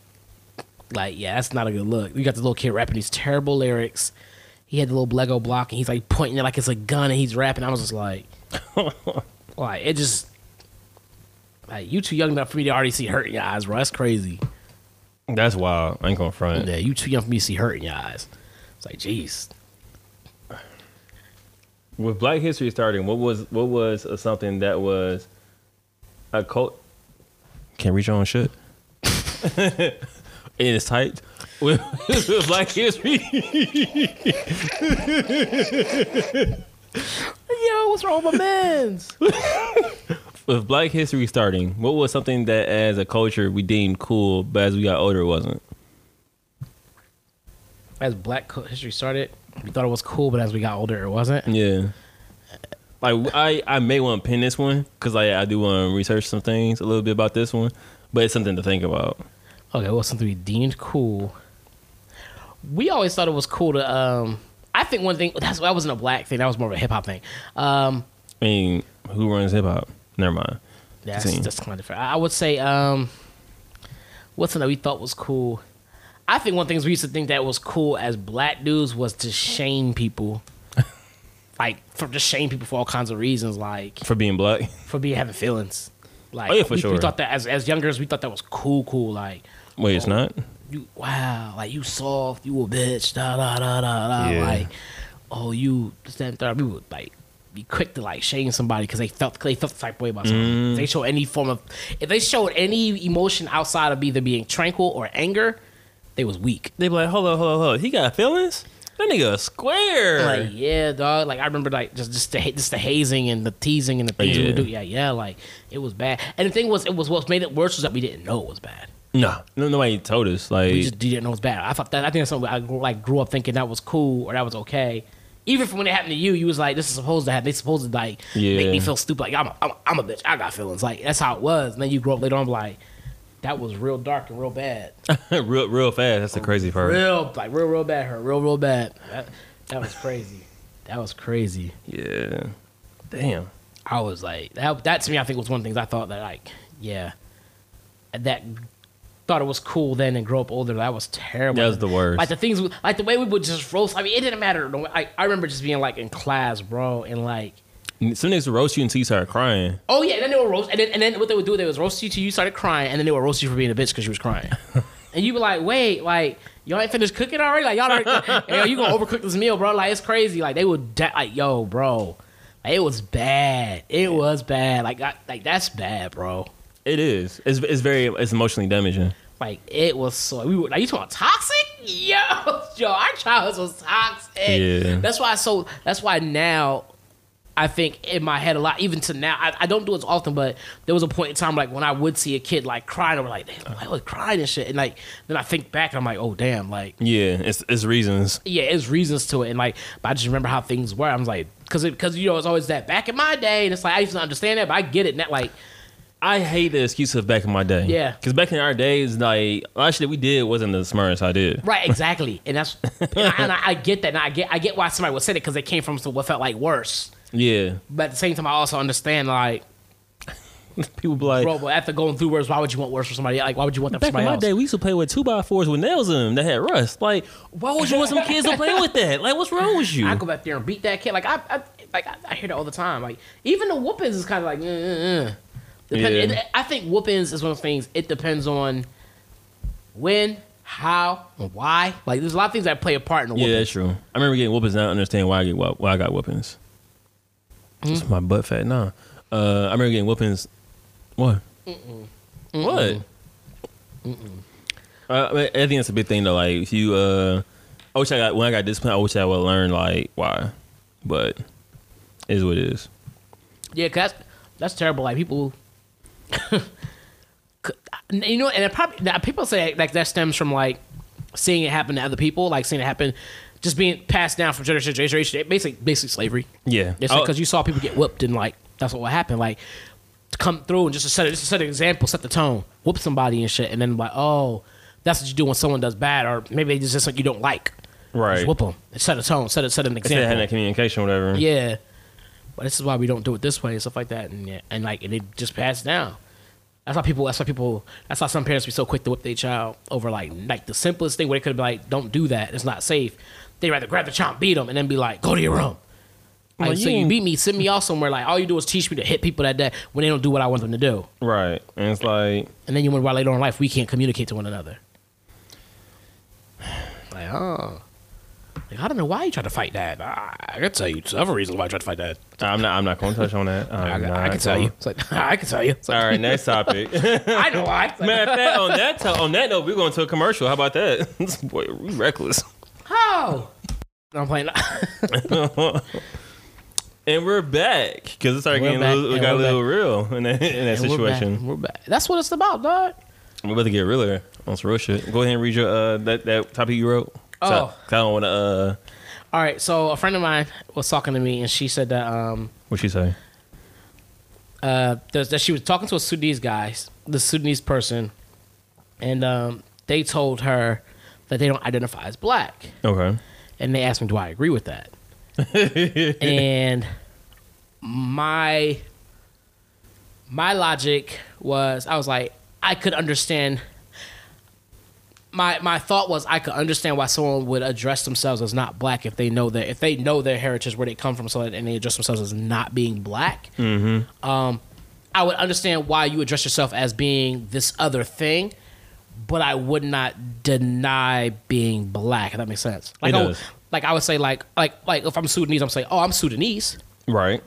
Speaker 2: like yeah, that's not a good look. You got the little kid rapping these terrible lyrics. He had the little Lego block, and he's like pointing it like it's a gun, and he's rapping. I was just like, like it just. Like, you too young enough for me to already see hurt in your eyes, bro. That's crazy.
Speaker 1: That's wild. I ain't gonna front.
Speaker 2: Yeah, you too young for me to see hurt in your eyes. It's like, jeez.
Speaker 1: With Black History starting, what was what was something that was a cult? Can't reach your own shit. it is typed with, with Black History.
Speaker 2: Yo, what's wrong with my man's?
Speaker 1: with Black History starting, what was something that as a culture we deemed cool, but as we got older, it wasn't?
Speaker 2: as Black Co- History started, we thought it was cool, but as we got older, it wasn't.
Speaker 1: Yeah. Like I, I may want to pin this one because I, I do want to research some things a little bit about this one, but it's something to think about.
Speaker 2: Okay, well, something we deemed cool. We always thought it was cool to. um I think one thing that's that wasn't a black thing. That was more of a hip hop thing. Um,
Speaker 1: I mean, who runs hip hop? Never mind.
Speaker 2: that's
Speaker 1: Continue.
Speaker 2: that's kind of different. I I would say um, what's something that we thought was cool. I think one of the things we used to think that was cool as black dudes was to shame people, like for to shame people for all kinds of reasons, like
Speaker 1: For being black,
Speaker 2: for being having feelings. Like
Speaker 1: Oh, yeah, for
Speaker 2: we,
Speaker 1: sure.
Speaker 2: we thought that as as young girls, we thought that was cool, cool. Like
Speaker 1: wait, it's not.
Speaker 2: you, wow, like you soft, you a bitch, da da da da da.
Speaker 1: Yeah.
Speaker 2: Like oh, you this that, and third. We would like be quick to like shame somebody because they felt they felt the type way about something. If
Speaker 1: Mm.
Speaker 2: they show any form of if they showed any emotion outside of either being tranquil or anger, they was weak.
Speaker 1: They be like, hold on, hold on, hold on. He got feelings. That nigga a square.
Speaker 2: Like yeah, dog. Like I remember, like just just the ha- just the hazing and the teasing and the things we
Speaker 1: Yeah.
Speaker 2: would do. Yeah, yeah. Like it was bad. And the thing was, it was what made it worse was that we didn't know it was bad.
Speaker 1: no, no, nobody told us. Like,
Speaker 2: We just didn't know it was bad. I thought that I think that's something I grew, like grew up thinking that was cool or that was okay. Even from when it happened to you, you was like, "This is supposed to happen." They supposed to like make
Speaker 1: Yeah.
Speaker 2: me feel stupid. Like I'm a, I'm, a, I'm a bitch. I got feelings. Like that's how it was. And then you grow up later on, like that was real dark and real bad.
Speaker 1: real, real fast. That's the crazy part.
Speaker 2: Real like real real bad. Her real real bad. That, that was crazy. That was crazy.
Speaker 1: Yeah. Damn.
Speaker 2: I was like that. That to me, I think was one of the things I thought that like, yeah, that thought it was cool then and grow up older. That was terrible.
Speaker 1: That was the worst.
Speaker 2: Like the things, we- like the way we would just roast. I mean, it didn't matter. The way- I, I remember just being like in class, bro, and like,
Speaker 1: Some niggas roast you until you start crying.
Speaker 2: oh yeah, and then they would roast, and then, and then what they would do, they would roast you till you started crying, and then they would roast you for being a bitch because you was crying. and you be like, wait, like y'all ain't finished cooking already? Like y'all, already, yo, you gonna overcook this meal, bro? Like it's crazy. Like they would, da- like yo, bro. Like, It was bad. It was bad. Like, I, like that's bad, bro.
Speaker 1: It is. It's, it's very. It's emotionally damaging.
Speaker 2: Like it was so we were like you talking about toxic? Yo, yo, our childhood was toxic.
Speaker 1: Yeah.
Speaker 2: That's why so that's why now I think in my head a lot, even to now, I, I don't do it as often, but there was a point in time like when I would see a kid like crying, I'm like, damn, I was crying and shit. And like then I think back and I'm like, oh damn, like
Speaker 1: Yeah. It's it's reasons.
Speaker 2: yeah, it's reasons to it, and like, but I just remember how things were. I was like, because because you know it's always that back in my day, and it's like I used to understand that, but I get it now. Like,
Speaker 1: I hate the excuse of back in my day.
Speaker 2: Yeah.
Speaker 1: Because back in our days, like, all shit we did wasn't the smartest idea.
Speaker 2: Right, exactly, and that's and I, I get that, and I get I get why somebody would say it because they came from some- what felt like worse.
Speaker 1: Yeah.
Speaker 2: But at the same time, I also understand like,
Speaker 1: People be like,
Speaker 2: bro, well, after going through worse, why would you want worse for somebody? Like, why would you want that for
Speaker 1: back in
Speaker 2: somebody
Speaker 1: my
Speaker 2: else?
Speaker 1: day, we used to play with two by fours with nails in them that had rust. Like, why would you want some kids to play with that? Like, what's wrong with you?
Speaker 2: I go back there and beat that kid. Like I, I like I, I hear that all the time. Like even the whoopings is kind of like, eh, eh, eh. Depend-
Speaker 1: Yeah.
Speaker 2: it- I think whoopings is one of those things. It depends on when, how, and why. Like there's a lot of things that play a part in a whooping.
Speaker 1: yeah, that's true. I remember getting whoopings. and I don't understand why I get why I got whoopings.
Speaker 2: Hmm.
Speaker 1: It's my butt fat. Nah. Uh, I remember getting whoopings. What? What? Uh, I, mean, I think that's a big thing though. Like if you, uh, I wish I got when I got disciplined. I wish I would learn like why, but it is what it is.
Speaker 2: Yeah, 'cause that's that's terrible. Like people, you know, and it probably now, people say like that stems from like seeing it happen to other people, like seeing it happen, just being passed down from generation to generation. Basically, basically slavery.
Speaker 1: Yeah.
Speaker 2: It's
Speaker 1: I-
Speaker 2: because you saw people get whipped and like that's what happened. Like to come through and just to set just to set an example, set the tone, whoop somebody and shit, and then like oh, that's what you do when someone does bad, or maybe they just did something you don't like.
Speaker 1: right.
Speaker 2: Just whoop them. Set a tone. Set a, set an
Speaker 1: Instead
Speaker 2: example.
Speaker 1: of having that communication, or whatever.
Speaker 2: Yeah. But this is why we don't do it this way and stuff like that. And yeah, and like and it just passed down. That's why people that's why people that's why some parents be so quick to whip their child over like like the simplest thing where they could be like, Don't do that, it's not safe. They'd rather grab the child and beat them and then be like, Go to your room. Like,
Speaker 1: Well,
Speaker 2: so
Speaker 1: you
Speaker 2: you
Speaker 1: ain't-
Speaker 2: beat me, send me off somewhere. Like all you do is teach me to hit people that day when they don't do what I want them to do,
Speaker 1: Right. And it's like.
Speaker 2: and then you wonder why later in life we can't communicate to one another. Like oh, like I don't know why you tried to fight that. I, I can tell you several reasons why I tried to fight that.
Speaker 1: I'm not. I'm not going to touch on that. I'm
Speaker 2: I,
Speaker 1: not
Speaker 2: I can tell
Speaker 1: gonna-
Speaker 2: you. It's like, I can tell you. It's like,
Speaker 1: All right, next topic.
Speaker 2: I know why. It's like,
Speaker 1: Matter of fact, on that to- on that note, we're going to a commercial. How about that? This Boy, we reckless,
Speaker 2: how? I'm playing.
Speaker 1: and we're back because it started
Speaker 2: We're
Speaker 1: getting a
Speaker 2: back,
Speaker 1: little, it
Speaker 2: and
Speaker 1: got a
Speaker 2: we're
Speaker 1: little real in that, in that situation.
Speaker 2: We're back. That's what it's about, dog.
Speaker 1: We're about to get realer on some real shit. Go ahead and read your uh, that that topic you wrote. 'Cause I-
Speaker 2: Oh.
Speaker 1: 'cause I don't want to. Uh,
Speaker 2: All right. So a friend of mine was talking to me, and she said that um
Speaker 1: what she say?
Speaker 2: uh there's- that she was talking to a Sudanese guy, the Sudanese person, and um they told her that they don't identify as black,
Speaker 1: Okay.
Speaker 2: and they asked me, do I agree with that? and my my logic was I was like I could understand my my thought was I could understand why someone would address themselves as not black if they know that if they know their heritage where they come from so that, and they address themselves as not being black
Speaker 1: Mm-hmm.
Speaker 2: um, I would understand why you address yourself as being this other thing, but I would not deny being black. If that makes sense. Like,
Speaker 1: It
Speaker 2: I,
Speaker 1: does.
Speaker 2: would- like I would say, like, like, like if I'm Sudanese, I'm saying, oh, I'm Sudanese,
Speaker 1: Right.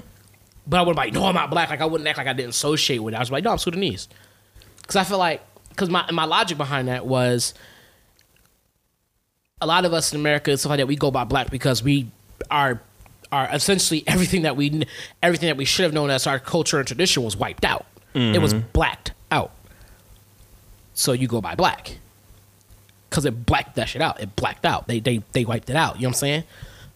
Speaker 2: but I would be like, no, I'm not black. Like I wouldn't act like I didn't associate with it. I was like, no, I'm Sudanese, because I feel like, because my my logic behind that was, a lot of us in America and stuff like that, we go by black because we are are essentially everything that we kn- everything that we should have known as our culture and tradition was wiped out. It was blacked out. So you go by black. Cause it blacked that shit out. It blacked out. They they they wiped it out. You know what I'm saying?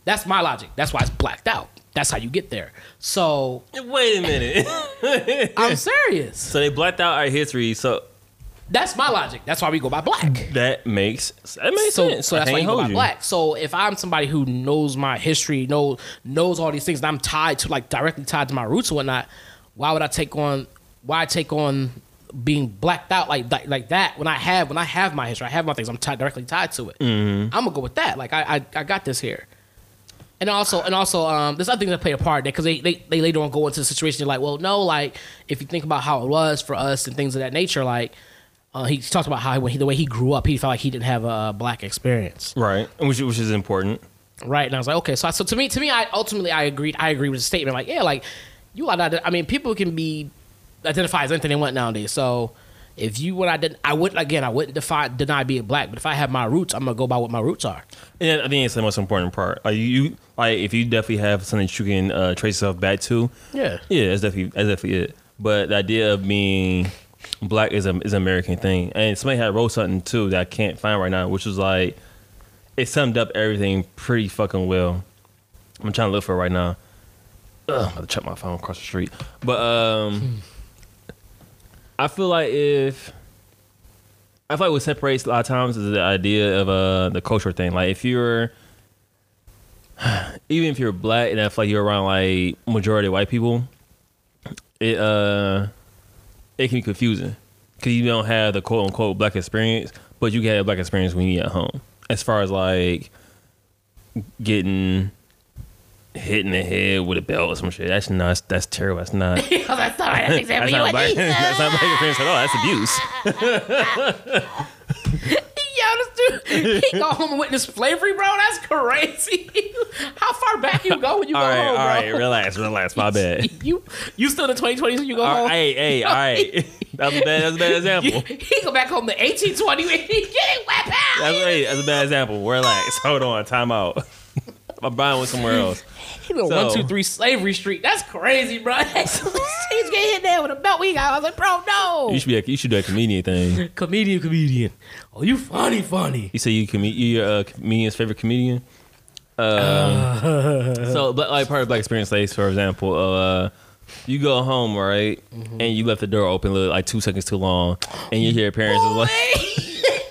Speaker 2: That's my logic. That's why it's blacked out. That's how you get there. So
Speaker 1: Wait a minute.
Speaker 2: I'm serious.
Speaker 1: so they blacked out our history. So
Speaker 2: That's my logic. That's why we go by black.
Speaker 1: that makes that makes
Speaker 2: so,
Speaker 1: sense.
Speaker 2: So
Speaker 1: I
Speaker 2: that's why
Speaker 1: can't
Speaker 2: you go
Speaker 1: hold
Speaker 2: by black. So if I'm somebody who knows my history, knows knows all these things, and I'm tied to like directly tied to my roots and whatnot, why would I take on why take on being blacked out like like, like that when I have when I have my history, I have my things, I'm tied directly tied to it.
Speaker 1: Mm-hmm.
Speaker 2: I'm gonna go with that. Like I I, I got this here. And also, and also, um, there's other things that play a part there because they, they, they later on go into the situation. They're like, well, no, like if you think about how it was for us and things of that nature, like uh, he talked about how when he, the way he grew up, he felt like he didn't have a black experience,
Speaker 1: Right. Which which is important.
Speaker 2: right? And I was like, okay, so I, so to me, to me, I ultimately I agreed. I agree with the statement. Like, yeah, like you are not. I mean, people can be identified as anything they want nowadays. So if you would, I didn't, I would again, I wouldn't defy, deny being black, but if I have my roots, I'm gonna go by what my roots are.
Speaker 1: And I think it's the most important part. Like you, like if you definitely have something that you can uh, trace yourself back to.
Speaker 2: Yeah.
Speaker 1: yeah, that's definitely that's definitely it. But the idea of being black is a is an American thing. And somebody had wrote something too that I can't find right now, which was like it summed up everything pretty fucking well. I'm trying to look for it right now. Ugh, I'm about to check my phone across the street, but um, I feel like if I feel like what separates a lot of times is the idea of uh the culture thing. Like if you're even if you're black and I feel like you're around like majority white people, it uh it can be confusing because you don't have the quote unquote black experience, but you can have black experience when you're at home. As far as like getting hit in the head with a belt or some shit, that's not that's terrible. That's not
Speaker 2: that's not right. That's
Speaker 1: that's
Speaker 2: exactly
Speaker 1: not
Speaker 2: what
Speaker 1: black.
Speaker 2: he
Speaker 1: that's not black experience at all. That's abuse.
Speaker 2: Yo, this dude, he go home and witness slavery, bro. That's crazy. How far back you go when you go
Speaker 1: All right,
Speaker 2: home,
Speaker 1: all
Speaker 2: bro?
Speaker 1: right, relax, relax. My bad.
Speaker 2: You you still in the 2020s when you go
Speaker 1: All
Speaker 2: home?
Speaker 1: right, hey, hey, all right. That's a bad. That's a bad example.
Speaker 2: he go back home to 1820 and he getting wet
Speaker 1: That's,
Speaker 2: out.
Speaker 1: hey, that's a bad example. Relax. Hold on. Time out. My mind went somewhere else.
Speaker 2: He went
Speaker 1: So-
Speaker 2: one two three Slavery Street. That's crazy, bro. He's getting hit there with a belt. We got. I was like, bro, no.
Speaker 1: You should be. A, you should do a comedian thing.
Speaker 2: comedian, comedian. Oh, you funny, funny.
Speaker 1: You say you com- you're a comedian's favorite comedian. Um, so, but like part of black experience, like for example, uh, you go home right, and you left the door open li- like two seconds too long, and you hear your parents is like,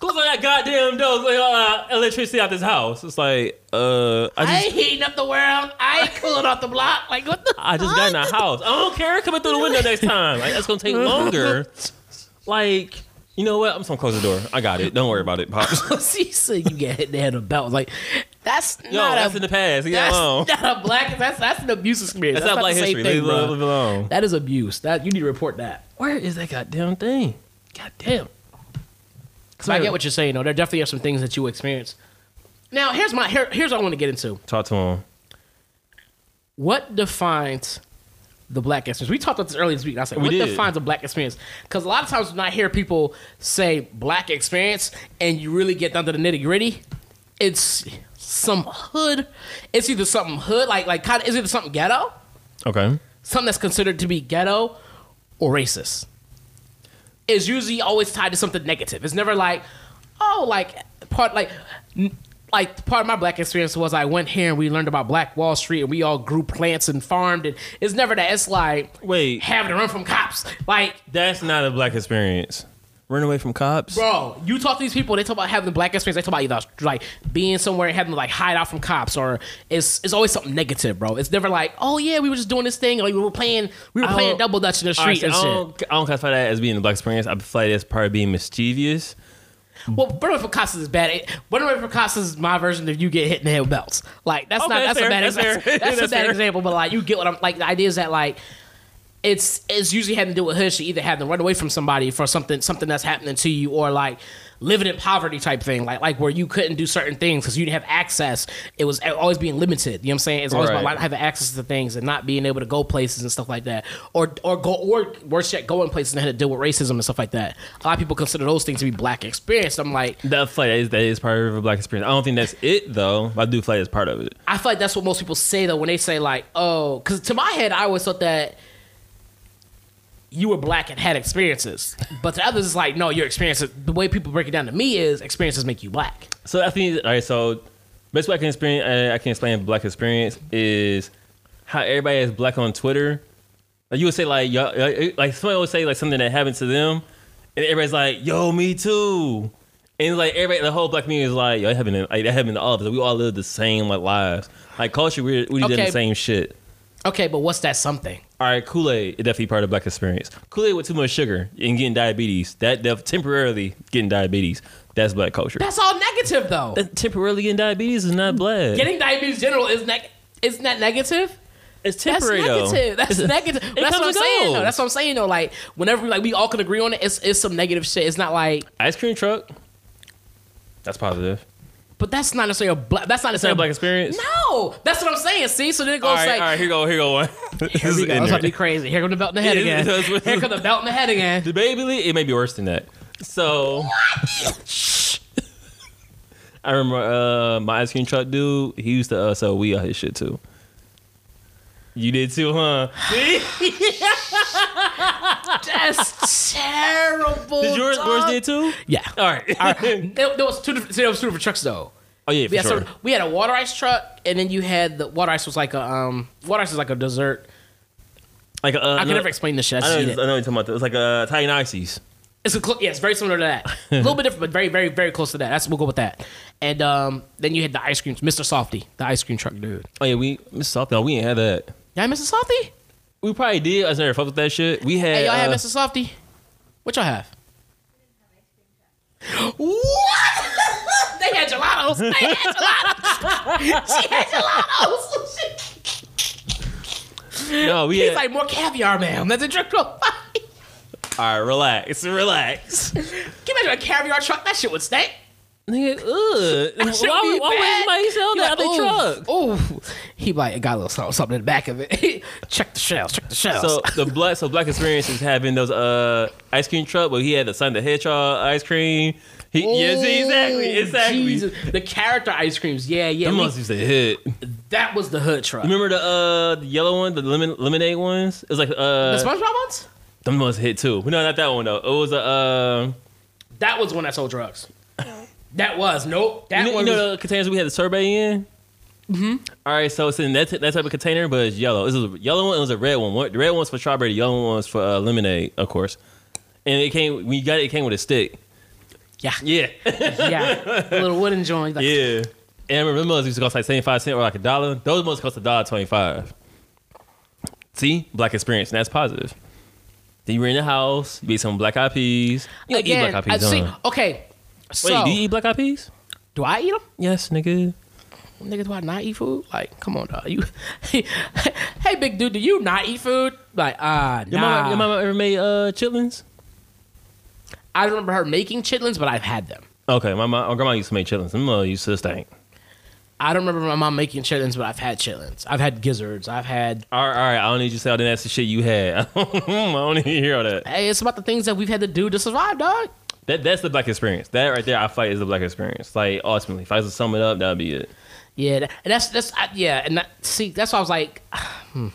Speaker 1: "Who's on that goddamn door? Like, uh, electricity out this house." It's like, uh, I
Speaker 2: I
Speaker 1: just
Speaker 2: ain't heating up the world. I ain't cooling off the block. Like what the?
Speaker 1: I just got in the house. I don't care. Coming through the window next time. Like that's gonna take longer. Like, you know what? I'm just gonna close the door. I got it. Don't worry about it, pops.
Speaker 2: She said you get hit in the head with a belt. Like that's
Speaker 1: Yo,
Speaker 2: not
Speaker 1: that's
Speaker 2: a
Speaker 1: in the past. Leave it
Speaker 2: that's
Speaker 1: alone.
Speaker 2: not a black. That's that's an abuse experience.
Speaker 1: That's not black
Speaker 2: the same
Speaker 1: history.
Speaker 2: thing,
Speaker 1: Leave it
Speaker 2: bro.
Speaker 1: leave it alone.
Speaker 2: That is abuse. That you need to report that.
Speaker 1: Where is that goddamn thing?
Speaker 2: Goddamn. So I get what you're saying though. There definitely are some things that you experience. Now here's my here, here's what I want to get into.
Speaker 1: Talk to him.
Speaker 2: What defines the black experience? We talked about this earlier this week. And I said,
Speaker 1: We
Speaker 2: what
Speaker 1: did.
Speaker 2: defines a black experience? Because a lot of times when I hear people say black experience, and you really get down to the nitty gritty, it's some hood. It's either something hood like like kind of is either something ghetto,
Speaker 1: Okay.
Speaker 2: something that's considered to be ghetto or racist is usually always tied to something negative. It's never like, oh, like part like n- like part of my black experience was I went here and we learned about Black Wall Street and we all grew plants and farmed and it's never that. It's like
Speaker 1: Wait.
Speaker 2: having to run from cops. Like,
Speaker 1: That's not a black experience. Run away from cops.
Speaker 2: bro, you talk to these people, they talk about having the black experience. They talk about either like being somewhere and having to like hide out from cops or it's it's always something negative, bro. It's never like, oh yeah, we were just doing this thing or we were playing we were
Speaker 1: I
Speaker 2: playing
Speaker 1: don't-
Speaker 2: double dutch in the
Speaker 1: All right,
Speaker 2: street
Speaker 1: so
Speaker 2: and
Speaker 1: I,
Speaker 2: shit.
Speaker 1: don't, I don't classify that as being a black experience. I feel like that's part of being mischievous.
Speaker 2: Well, Burning for Casas is bad. It- Burning for Casas is my version of you get hit in the head with belts. Like that's
Speaker 1: Okay,
Speaker 2: not that's
Speaker 1: fair,
Speaker 2: a bad
Speaker 1: that's
Speaker 2: that's, that's,
Speaker 1: fair.
Speaker 2: a
Speaker 1: That's
Speaker 2: bad
Speaker 1: fair.
Speaker 2: example, but like you get what I'm like. The idea is that like it's it's usually having to do with hood. shit. either having to run away from somebody for something something that's happening to you, or like living in poverty type thing, like like where you couldn't do certain things because you didn't have access. It was always being limited. You know what I'm saying? It's always
Speaker 1: Right.
Speaker 2: about like, having access to things and not being able to go places and stuff like that, or or go or worse yet, going places and had to deal with racism and stuff like that. A lot of people consider those things to be black experience. I'm like.
Speaker 1: That I feel like that is, that is part of a black experience. I don't think that's it though. but I do feel like that's part of it.
Speaker 2: I feel like that's what most people say though when they say like, oh, because to my head, I always thought that you were black and had experiences, but to others, it's like, no, your experiences. The way people break it down to me is experiences make you black.
Speaker 1: So I think all right. So best way I can explain I, I can explain black experience is how everybody is black on Twitter. Like you would say like y'all like- like somebody would say like something that happened to them, and everybody's like, "Yo, me too." And like everybody, the whole black community is like, "Yo, that happened. To, like, that happened to all of us. We all live the same like lives. Like culture, we we did
Speaker 2: Okay.
Speaker 1: the same shit."
Speaker 2: Okay, but what's that something?
Speaker 1: All right, Kool Aid is definitely part of black experience. Kool Aid with too much sugar and getting diabetes. That def- temporarily getting diabetes. That's black culture.
Speaker 2: That's all negative though.
Speaker 1: That Uh, temporarily getting diabetes is not black.
Speaker 2: Getting diabetes general is neg. Isn't that negative?
Speaker 1: It's
Speaker 2: That's
Speaker 1: temporary
Speaker 2: negative. That's negative. But That's what I'm
Speaker 1: comes and
Speaker 2: saying. Though.
Speaker 1: goes.
Speaker 2: That's what I'm saying though. Like whenever like we all can agree on it, it's it's some negative shit. It's not like,
Speaker 1: though. Ice cream truck. That's positive.
Speaker 2: but that's not necessarily a black. That's not
Speaker 1: Is that
Speaker 2: necessarily
Speaker 1: a black experience?
Speaker 2: No, that's what I'm saying. See, so then it goes
Speaker 1: All right,
Speaker 2: like,
Speaker 1: all right. Here go, here go one.
Speaker 2: Here we go. That's about to be crazy. Here comes the belt in the head
Speaker 1: Yeah,
Speaker 2: again.
Speaker 1: that's what-
Speaker 2: Here comes the belt in the head again.
Speaker 1: Debatably, it may be worse than that. So. I remember uh, my ice cream truck dude. He used to uh, sell weed out his shit too. You did too, huh?
Speaker 2: That's terrible.
Speaker 1: Did yours, yours
Speaker 2: dog.
Speaker 1: did too?
Speaker 2: Yeah.
Speaker 1: All right.
Speaker 2: All right. there, there was two different, there was two different trucks though.
Speaker 1: Oh yeah, for
Speaker 2: We had,
Speaker 1: sure.
Speaker 2: sort of- we had a water ice truck, and then you had the water ice was like a um water ice was like a dessert
Speaker 1: Like uh,
Speaker 2: I
Speaker 1: I
Speaker 2: can never explain this shit. I
Speaker 1: I know,
Speaker 2: just
Speaker 1: I
Speaker 2: eat
Speaker 1: know
Speaker 2: it.
Speaker 1: what you're talking about. It's like uh, Italian ices.
Speaker 2: It's a cl- yeah, it's very similar to that. a little bit different, but very, very, very close to that. That's we'll go with that. And um, then you had the ice cream, Mr. Softy, the ice cream truck dude.
Speaker 1: Oh yeah, we Mr. Soft though. We ain't had that.
Speaker 2: Y'all had Mr. Softy?
Speaker 1: We probably did. I just never fucked with that shit. We had.
Speaker 2: Hey, y'all had
Speaker 1: uh,
Speaker 2: Mr. Softy? What y'all have? What? they had gelatos. They had gelatos. she had gelatos.
Speaker 1: No, we
Speaker 2: He's
Speaker 1: had.
Speaker 2: like more caviar, ma'am. That's a drink. Can
Speaker 1: All right, relax, relax.
Speaker 2: you imagine a caviar truck? That shit would stink.
Speaker 1: Nigga, ugh.
Speaker 2: Should
Speaker 1: why,
Speaker 2: be
Speaker 1: would- why would
Speaker 2: bad.
Speaker 1: anybody sell
Speaker 2: He
Speaker 1: that
Speaker 2: like,
Speaker 1: other truck?
Speaker 2: "Ooh, ooh." he like got a little something, something in the back of it. check the shells. Check the shells.
Speaker 1: So the black, so black experience is having those uh ice cream truck, but he had the Sunday Hedgehog ice cream. He, yes, exactly,
Speaker 2: Ooh,
Speaker 1: exactly.
Speaker 2: Jesus. The character ice creams. Yeah, yeah.
Speaker 1: Them
Speaker 2: we-
Speaker 1: must used to hit.
Speaker 2: that was the hood truck.
Speaker 1: Remember the uh the yellow one, the lemon lemonade ones? It was like
Speaker 2: the
Speaker 1: uh
Speaker 2: SpongeBob ones?
Speaker 1: them must hit too. No, not that one though. It was a uh,
Speaker 2: That was one that sold drugs. That was nope. That
Speaker 1: you know,
Speaker 2: one.
Speaker 1: you know
Speaker 2: was,
Speaker 1: the containers we had the sorbet in. Mm-hmm. All right, so it's in that, that type of container, but it's yellow. This is a yellow one. It was a red one. One- The red one's for strawberry. The yellow one's for uh, lemonade, of course. And it came when you got it. It came with a stick.
Speaker 2: yeah,
Speaker 1: Yeah,
Speaker 2: yeah. little wooden joint. Like,
Speaker 1: yeah. And I remember them ones used to cost like seventy five cent or like a dollar. Those ones cost a dollar twenty five. See, black experience, and that's positive. Then you were in the house. You ate some black eyed peas. You don't eat
Speaker 2: Again,
Speaker 1: black
Speaker 2: I
Speaker 1: eyed peas.
Speaker 2: see.
Speaker 1: huh?
Speaker 2: Okay.
Speaker 1: Wait,
Speaker 2: So,
Speaker 1: do you eat black eyed peas?
Speaker 2: do I eat them?
Speaker 1: Yes, nigga.
Speaker 2: Nigga, do I not eat food? Like, come on, dog. You, hey, big dude, do you not eat food? Like, ah, nah.
Speaker 1: Your mama, your mama ever made uh, chitlins?
Speaker 2: I don't remember her making chitlins, but I've had them.
Speaker 1: Okay, my, mom, my grandma used to make chitlins. My mother used to stink.
Speaker 2: I don't remember my mom making chitlins, but I've had chitlins. I've had gizzards. I've had.
Speaker 1: All right, all right. I don't need you to say all the nasty shit you had. I don't need to hear all that.
Speaker 2: Hey, it's about the things that we've had to do to survive, dog.
Speaker 1: that. That's the black experience. That right there, I fight is the black experience. Like ultimately, if I was to sum it up, that'd be it.
Speaker 2: Yeah, that, and that's that's I, yeah, and that, see, that's why I was like,
Speaker 1: I,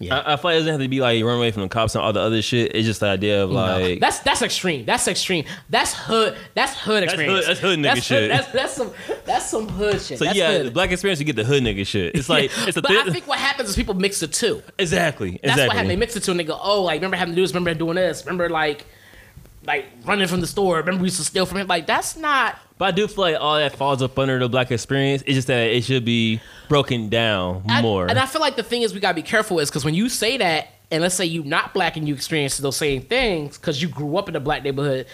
Speaker 1: I fight doesn't have to be like run away from the cops and all the other shit. It's just the idea of
Speaker 2: No.
Speaker 1: like
Speaker 2: that's that's extreme. That's extreme. That's hood. That's
Speaker 1: hood-
Speaker 2: hood experience.
Speaker 1: that's hood nigga shit.
Speaker 2: That's, that's some that's some hood shit.
Speaker 1: so.
Speaker 2: that's
Speaker 1: yeah, the
Speaker 2: hood.
Speaker 1: black experience, you get the hood nigga shit. It's like it's a
Speaker 2: but
Speaker 1: thi-
Speaker 2: I think what happens is people mix the two.
Speaker 1: exactly exactly.
Speaker 2: That's what happened. They mix the two and they go, oh, like remember having to do this, remember doing this, remember like like running from the store, remember we used to steal from him. Like that's not
Speaker 1: But I do feel like all that falls up under the black experience. It's just that it should be broken down
Speaker 2: I-
Speaker 1: more.
Speaker 2: And I feel like the thing is we gotta be careful is because when you say that, and let's say you not black and you experience those same things because you grew up in a black neighborhood,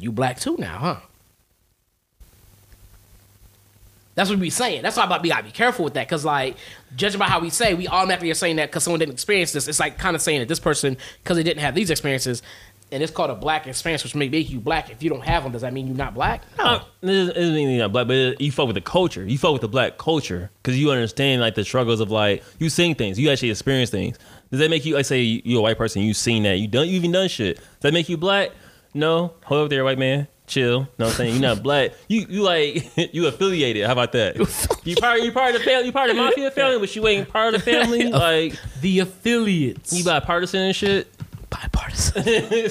Speaker 2: you black too now, huh? That's what we saying. That's why about we gotta be careful with that because like judging by how we say, we automatically are saying that because someone didn't experience this. It's like kind of saying that this person because they didn't have these experiences. And it's called a black experience, which may make you black. If you don't have them, does that mean you're not black?
Speaker 1: Uh, this isn't even not black, but it- you fuck with the culture. You fuck with the black culture because you understand like the struggles of like you seen things, you actually experience things. Does that make you? I say you a white person, you seen that, you done, you even done shit. Does that make you black? No, hold up there, white man, chill. Know what I'm saying? You're not black. You you like you affiliated. How about that? You part you part of the family. You part of the mafia family, but you ain't part of the family. Like
Speaker 2: The affiliates.
Speaker 1: you bipartisan and shit.
Speaker 2: bipartisan.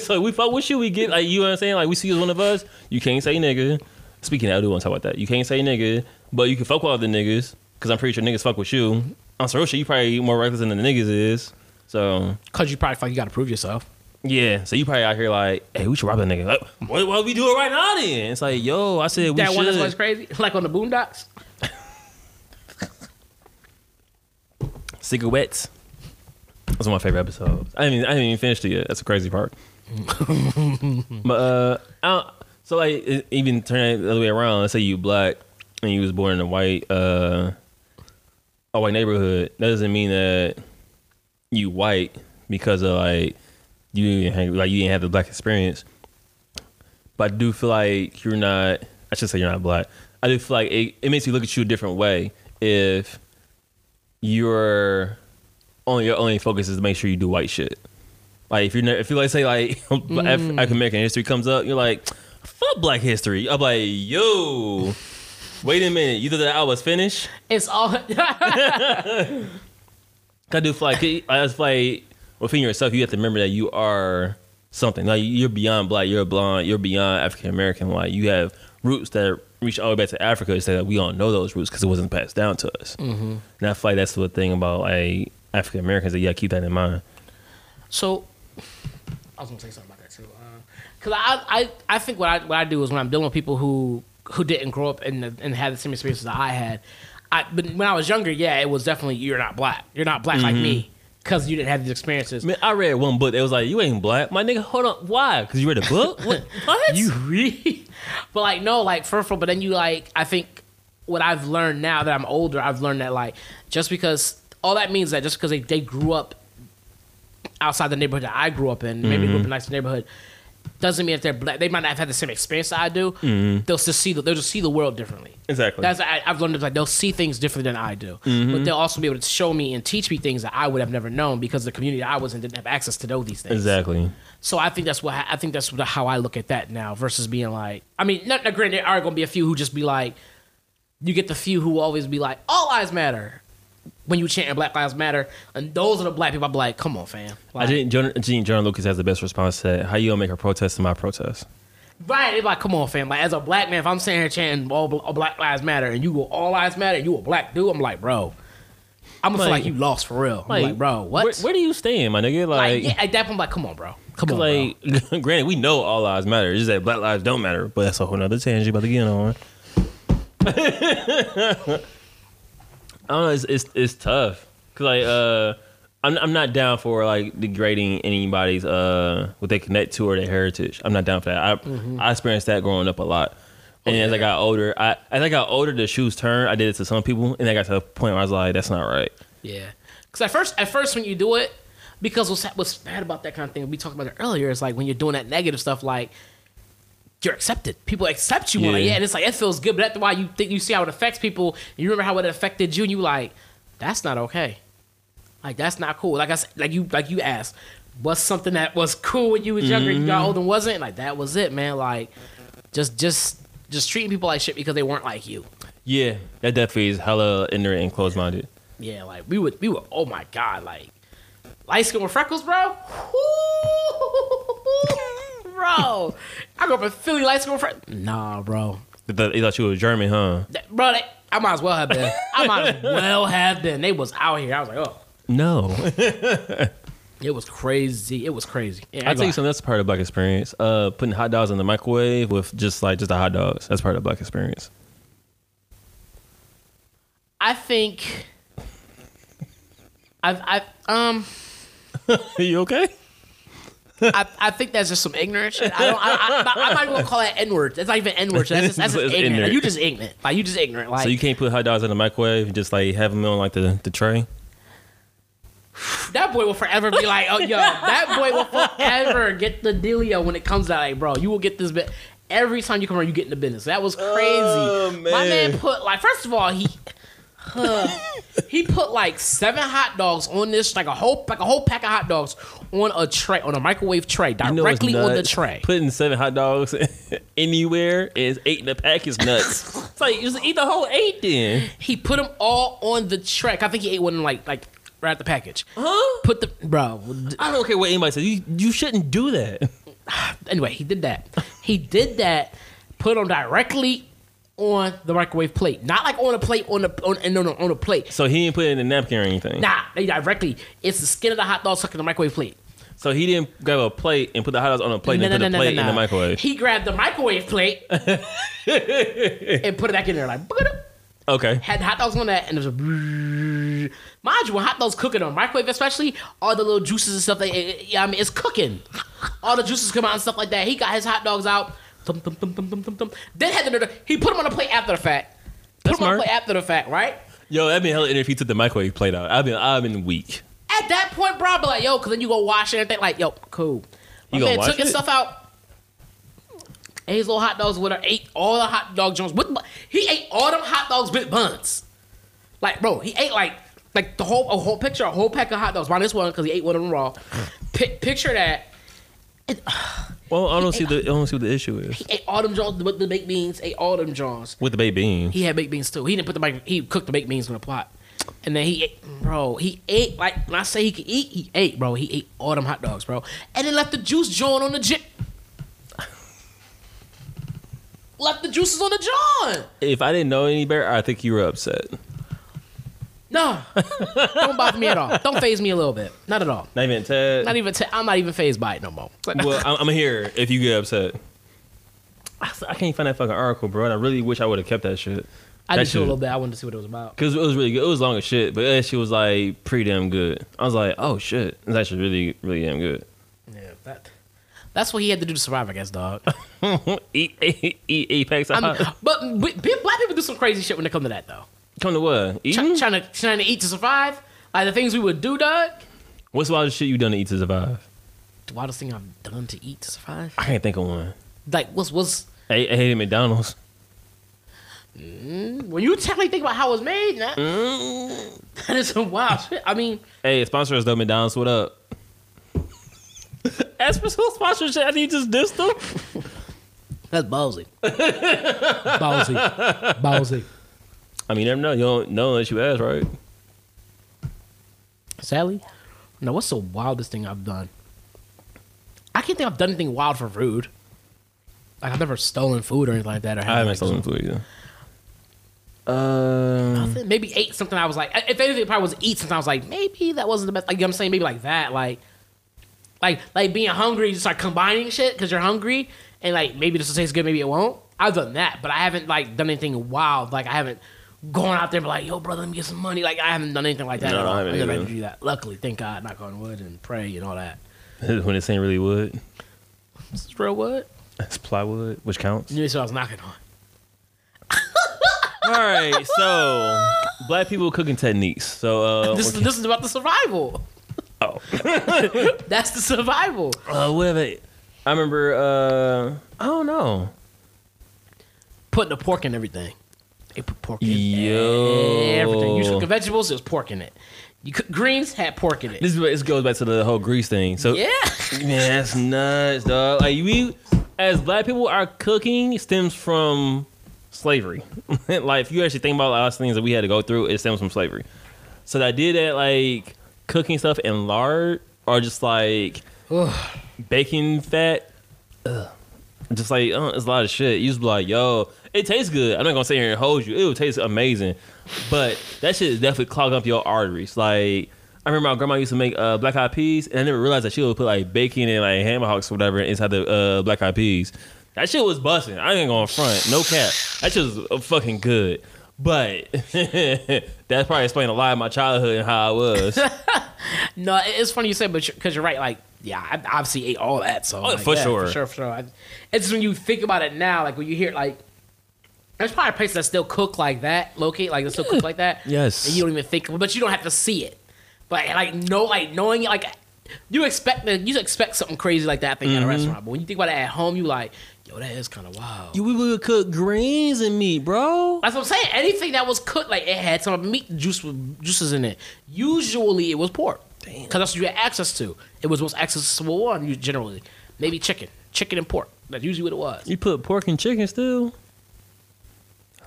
Speaker 1: so we fuck with you. We get like you know what I'm saying. Like we see you as one of us. You can't say nigga. Speaking, of, I do want to talk about that. You can't say nigga, but you can fuck with other niggas because I'm pretty sure niggas fuck with you. On some real shit, you probably more reckless than the niggas is. So
Speaker 2: Cause you probably feel like you gotta prove yourself.
Speaker 1: yeah, so you probably out here like, hey, we should rob a nigga. Like, why, why we do it right now? Then it's like, yo, I said we
Speaker 2: that
Speaker 1: should.
Speaker 2: one that's always crazy, like on the Boondocks.
Speaker 1: cigarettes. That's one of my favorite episodes. I didn't, I didn't even finish it yet. That's the crazy part. but uh, I don't, so like it- even turn it the other way around. Let's say you black and you was born in a white uh, a white neighborhood. That doesn't mean that you white because of like you didn't hang, like you didn't have the black experience. But I do feel like you're not. I should say you're not black. I do feel like it, it makes you look at you a different way if your only your only focus is to make sure you do white shit. Like if you're ne- if you like say like African American history comes up, you're like fuck Black history. I'm like yo, wait a minute, you thought that I was finished?
Speaker 2: It's all
Speaker 1: I do feel like it- I just feel like within yourself, you have to remember that you are something. Like you're beyond black, you're blonde, you're beyond African American. Like you have roots that reach all the way back to Africa. It's that we don't know those roots because it wasn't passed down to us. Mm-hmm. And I feel like that's the thing about like African Americans that you got to keep that in mind.
Speaker 2: So I was gonna say something about that too, because I, I I think what I what I do is when I'm dealing with people who who didn't grow up and and had the same experiences that I had. I but when I was younger, yeah, it was definitely you're not black, you're not black like me, because you didn't have these experiences.
Speaker 1: Man, I read one book that was like, "You ain't black, my nigga." Hold on, why? Because you read a book? What?
Speaker 2: What? You read? But like no, like for for. But then you like I think what I've learned now that I'm older, I've learned that like just because all that means that just because they, they grew up outside the neighborhood that I grew up in, maybe grew up in a nice neighborhood, doesn't mean if they're black, they might not have had the same experience that I do. They'll just see the, they'll just see the world differently.
Speaker 1: Exactly.
Speaker 2: That's I, I've learned is like they'll see things differently than I do, but they'll also be able to show me and teach me things that I would have never known because the community I was in didn't have access to know these things.
Speaker 1: exactly.
Speaker 2: So I think that's what I think that's what, how I look at that now versus being like, I mean, not, not granted, there are going to be a few who just be like, you get the few who always be like, all lives matter when you chanting Black Lives Matter, and those are the black people. I'm like, come on, fam.
Speaker 1: I
Speaker 2: Like,
Speaker 1: think Jonah, I think Jonah Lucas has the best response to that. How you gonna make a protest to my protest?
Speaker 2: right? It's like, come on, fam. Like, as a black man, if I'm sitting here chanting all, bl- all Black Lives Matter, and you go all lives matter, and you a black dude, I'm like, bro, I'm gonna
Speaker 1: Like-
Speaker 2: feel like you lost for real. I'm Like, bro, what?
Speaker 1: Where, where do you stand, my nigga?
Speaker 2: like,
Speaker 1: Like,
Speaker 2: yeah, at that point, I'm like, come on, bro, come on, bro.
Speaker 1: like granted, we know all lives matter. It's just that black lives don't matter. But that's a whole nother tangent you about to get on. I don't know. It's it's, it's tough because like uh, I'm I'm not down for like degrading anybody's uh what they connect to or their heritage. I'm not down for that. I I experienced that growing up a lot. And as I got older, I as I got older, the shoes turned. I did it to some people, and I got to a point where I was like, "That's not right."
Speaker 2: Yeah, because at first, at first when you do it, because what's what's bad about that kind of thing we talked about it earlier is like when you're doing that negative stuff, like you're accepted. People accept you, yeah.
Speaker 1: Yeah.
Speaker 2: yeah, and it's like it feels good. But that's why you think you see how it affects people. And you remember how it affected you, and you like, that's not okay. Like that's not cool. Like I said, like you like you asked, what's something that was cool when you was younger, and you got older and wasn't? Like that was it, man. Like just just just treating people like shit because they weren't like you.
Speaker 1: Yeah, that definitely is hella ignorant and closed minded.
Speaker 2: Yeah, like we would, we would. Oh my god, like light skin with freckles, bro. Ooh, bro, I grew up in Philly, light skin with freckles. Nah, bro,
Speaker 1: They thought they thought you was German, huh?
Speaker 2: That- bro, that, I might as well have been. I might as well have been. They was out here. I was like, oh,
Speaker 1: No.
Speaker 2: it was crazy. It was crazy. Yeah,
Speaker 1: I tell you something that's part of black experience. Uh, putting hot dogs in the microwave with just like just the hot dogs. That's part of black experience.
Speaker 2: I think. I've, I've, um,
Speaker 1: Are you okay?
Speaker 2: I, I think that's just some ignorant shit. I don't, I, I, I, am not even gonna call that N word. That's not even N word. That's just, that's just
Speaker 1: It's
Speaker 2: ignorant.
Speaker 1: ignorant.
Speaker 2: Like, you just ignorant. Like you just ignorant. Like
Speaker 1: So you can't put hot dogs in the microwave and just like have them on like the, the tray.
Speaker 2: That boy will forever be like, oh, yo, that boy will forever get the dealio when it comes to like, bro, you will get this bit. Every time you come around, you get in the business. That was crazy.
Speaker 1: Oh,
Speaker 2: My
Speaker 1: man.
Speaker 2: man put, like, first of all, he. huh, he put like seven hot dogs on this, like a whole like a whole pack of hot dogs on a tray, on a microwave tray,
Speaker 1: what's
Speaker 2: directly on the
Speaker 1: nuts?
Speaker 2: tray.
Speaker 1: Putting seven hot dogs anywhere is eight in a pack is nuts. it's like you just eat the whole eight then.
Speaker 2: He put them all on the tray. I think he ate one like like right at the package.
Speaker 1: Huh?
Speaker 2: Put the bro. d-
Speaker 1: I don't care what anybody says. You you shouldn't do that.
Speaker 2: anyway, he did that. He did that. Put them directly on the microwave plate, not like on a plate on the on no no on a plate.
Speaker 1: So he didn't put it in a napkin or anything.
Speaker 2: Nah, they directly. It's the skin of the hot dog stuck in the microwave plate.
Speaker 1: So he didn't grab a plate and put the hot dogs on a plate and then put the plate in the microwave.
Speaker 2: He grabbed the microwave plate and put it back in there like. "Boop-a-doop."
Speaker 1: Okay.
Speaker 2: Had the hot dogs on that, and it was a mind you, when hot dogs cooking on microwave, especially all the little juices and stuff. That yeah, I mean, it's cooking. All the juices come out and stuff like that. He got his hot dogs out. Thum, thum, thum, thum, thum, thum, thum. Then had the nerve. to- He put them on a plate after the fact. Put
Speaker 1: That's
Speaker 2: them on a
Speaker 1: smart.
Speaker 2: plate after the fact, right?
Speaker 1: Yo, that'd be hella interesting if he took the microwave plate out. I've been I've been weak.
Speaker 2: At that point, bro, I'd be like, yo, because then you go wash everything. Like, yo, cool. My
Speaker 1: You gonna
Speaker 2: man
Speaker 1: wash
Speaker 2: took his
Speaker 1: it?
Speaker 2: stuff out. Ate his little hot dogs with her. Ate all the hot dog joints with. bu- He ate all them hot dogs with buns. Like, bro, he ate like like the whole a whole picture, a whole pack of hot dogs. Why this one? Because he ate one of them raw. Pi picture that. uh,
Speaker 1: Well, I don't see the I don't see what the issue is
Speaker 2: He ate all them joints with the baked beans. Ate all them joints.
Speaker 1: with the baked bean.
Speaker 2: He had baked beans too. He didn't put the mic- he cooked the baked beans on the plot. And then he ate, bro. He ate like when I say he could eat, he ate, bro. He ate all them hot dogs, bro. And then left the juice joint on the jet. left the juices on the john.
Speaker 1: If I didn't know any better, I think you were upset.
Speaker 2: No, don't bother me at all. Don't phase me a little bit. Not at all.
Speaker 1: Not even Ted.
Speaker 2: Not even. i I'm not even phased by it no more.
Speaker 1: well, I'm, I'm here if you get upset. I, s- I can't find that fucking article, bro. And I really wish I would have kept that shit. That
Speaker 2: I did do a
Speaker 1: shit-
Speaker 2: little bit. I wanted to see what it was about.
Speaker 1: Cause it was really good. It was long as shit, but that shit was like pretty damn good. I was like, oh shit, it's actually really, really damn good.
Speaker 2: Yeah, that. That's what he had to do to survive, I guess, dog.
Speaker 1: eat, eat, eat, eat Uh, packs of
Speaker 2: I'm,
Speaker 1: hot-
Speaker 2: but we, pe- black people do some crazy shit when it comes to that, though.
Speaker 1: Come to what? Eating?
Speaker 2: Try, trying to trying to eat to survive, like the things we would do, dog.
Speaker 1: What's the wildest shit you done to eat to survive?
Speaker 2: The wildest thing I've done to eat to survive,
Speaker 1: I can't think of one.
Speaker 2: like what's what's
Speaker 1: I, I hated McDonald's.
Speaker 2: when you technically think about how it was made, nah,
Speaker 1: Mm.
Speaker 2: that is some wild shit. I mean,
Speaker 1: Hey, sponsor us though, McDonald's. What up? Ask for some sponsorship. I need just dissed them.
Speaker 2: that's ballsy, ballsy, ballsy.
Speaker 1: I mean, you never know. You don't know unless you ask, right?
Speaker 2: Sally, no, what's the wildest thing I've done? I can't think I've done anything wild for food. Like I've never stolen food or anything like that. Or had,
Speaker 1: I haven't
Speaker 2: like,
Speaker 1: stolen food either. Um,
Speaker 2: something. Maybe ate something I was like, if anything, it probably was eat something I was like, maybe that wasn't the best. Like, you know what I'm saying? Maybe like that. Like, like, like being hungry, you start combining shit because you're hungry and like maybe this will taste good, maybe it won't. I've done that, but I haven't like done anything wild. Like, I haven't gone out there and be like, yo, brother, let me get some money. Like, I haven't done anything like that.
Speaker 1: No,
Speaker 2: at all.
Speaker 1: I haven't
Speaker 2: didn't
Speaker 1: either.
Speaker 2: do that. Luckily, thank God, knock on wood and pray and all that.
Speaker 1: when this ain't really wood,
Speaker 2: Is this real wood?
Speaker 1: it's plywood, which counts.
Speaker 2: You knew what I was knocking on.
Speaker 1: All right, so black people cooking techniques. So uh,
Speaker 2: This,
Speaker 1: okay.
Speaker 2: this is about the survival.
Speaker 1: Oh.
Speaker 2: That's the survival.
Speaker 1: uh, whatever. I remember. Uh, I don't know.
Speaker 2: putting the pork in everything. They put pork in
Speaker 1: Yo.
Speaker 2: everything. You cook vegetables, there's pork in it. You cook greens, had pork in it.
Speaker 1: This is what- this goes back to the whole grease thing. So
Speaker 2: yeah.
Speaker 1: Man, that's nuts, dog. Like we, as black people, our cooking stems from slavery. like if you actually think about a lot of things that we had to go through, it stems from slavery. So the idea that like cooking stuff in lard or just like baking fat, ugh, just like uh, it's a lot of shit. You just be like, yo, it tastes good. I'm not gonna sit here and hold you. It would taste amazing, but that shit is definitely clogging up your arteries. Like I remember my grandma used to make uh, black eyed peas, and I never realized that she would put like bacon and like ham hocks or whatever inside the uh, black eyed peas. That shit was busting. I ain't going to front, no cap. That shit was uh, fucking good. But that's probably explained a lot of my childhood and how I was.
Speaker 2: No, it- it's funny you say, but because you're, right. Like, yeah, I obviously ate all that. So, like,
Speaker 1: Oh, for
Speaker 2: yeah,
Speaker 1: sure.
Speaker 2: for sure, for sure. I, it's just when you think about it now, like when you hear like. There's probably places that still cook like that, locate like they still cook like that.
Speaker 1: Yes.
Speaker 2: and you don't even think, but you don't have to see it. But like no, like knowing it, like you expect that you expect something crazy like that thing at a
Speaker 1: Mm-hmm.
Speaker 2: restaurant. But when you think about it at home, you like, yo, that is kind of wild.
Speaker 1: we would cook greens and meat, bro.
Speaker 2: That's what I'm saying. Anything that was cooked, like it had some meat juice with juices in it. Usually, it was pork because that's what you had access to. It was what's accessible one you- generally. Maybe chicken, chicken and pork. That's usually what it was.
Speaker 1: You put pork and chicken still.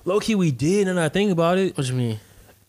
Speaker 1: Low key, we did, and I think about it.
Speaker 2: What you mean?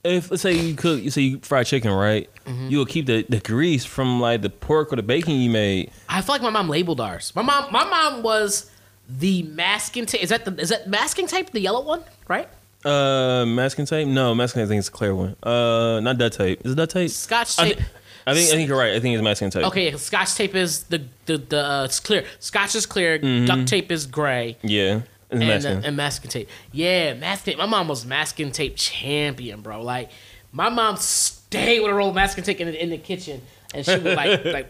Speaker 1: If let's say you cook, you say you fry chicken, right?
Speaker 2: Mm-hmm.
Speaker 1: You will keep the, the grease from like the pork or the bacon you made.
Speaker 2: I feel like my mom labeled ours. My mom, my mom was the masking tape. Is that the is that masking tape? The yellow one, right?
Speaker 1: Uh, masking tape? No, masking tape. I think it's a clear one. Uh, not duct tape. Is it duct tape?
Speaker 2: Scotch
Speaker 1: I
Speaker 2: tape.
Speaker 1: thi- I think I think you're right. I think it's masking tape.
Speaker 2: Okay, yeah, Scotch tape is the the the uh, it's clear. Scotch is clear. Duct tape is gray.
Speaker 1: Yeah, it's
Speaker 2: and,
Speaker 1: masking.
Speaker 2: uh, and masking tape. Yeah, masking tape. My mom was masking tape champion, bro. Like my mom stayed with a roll of masking tape in the, in the kitchen, and she would like like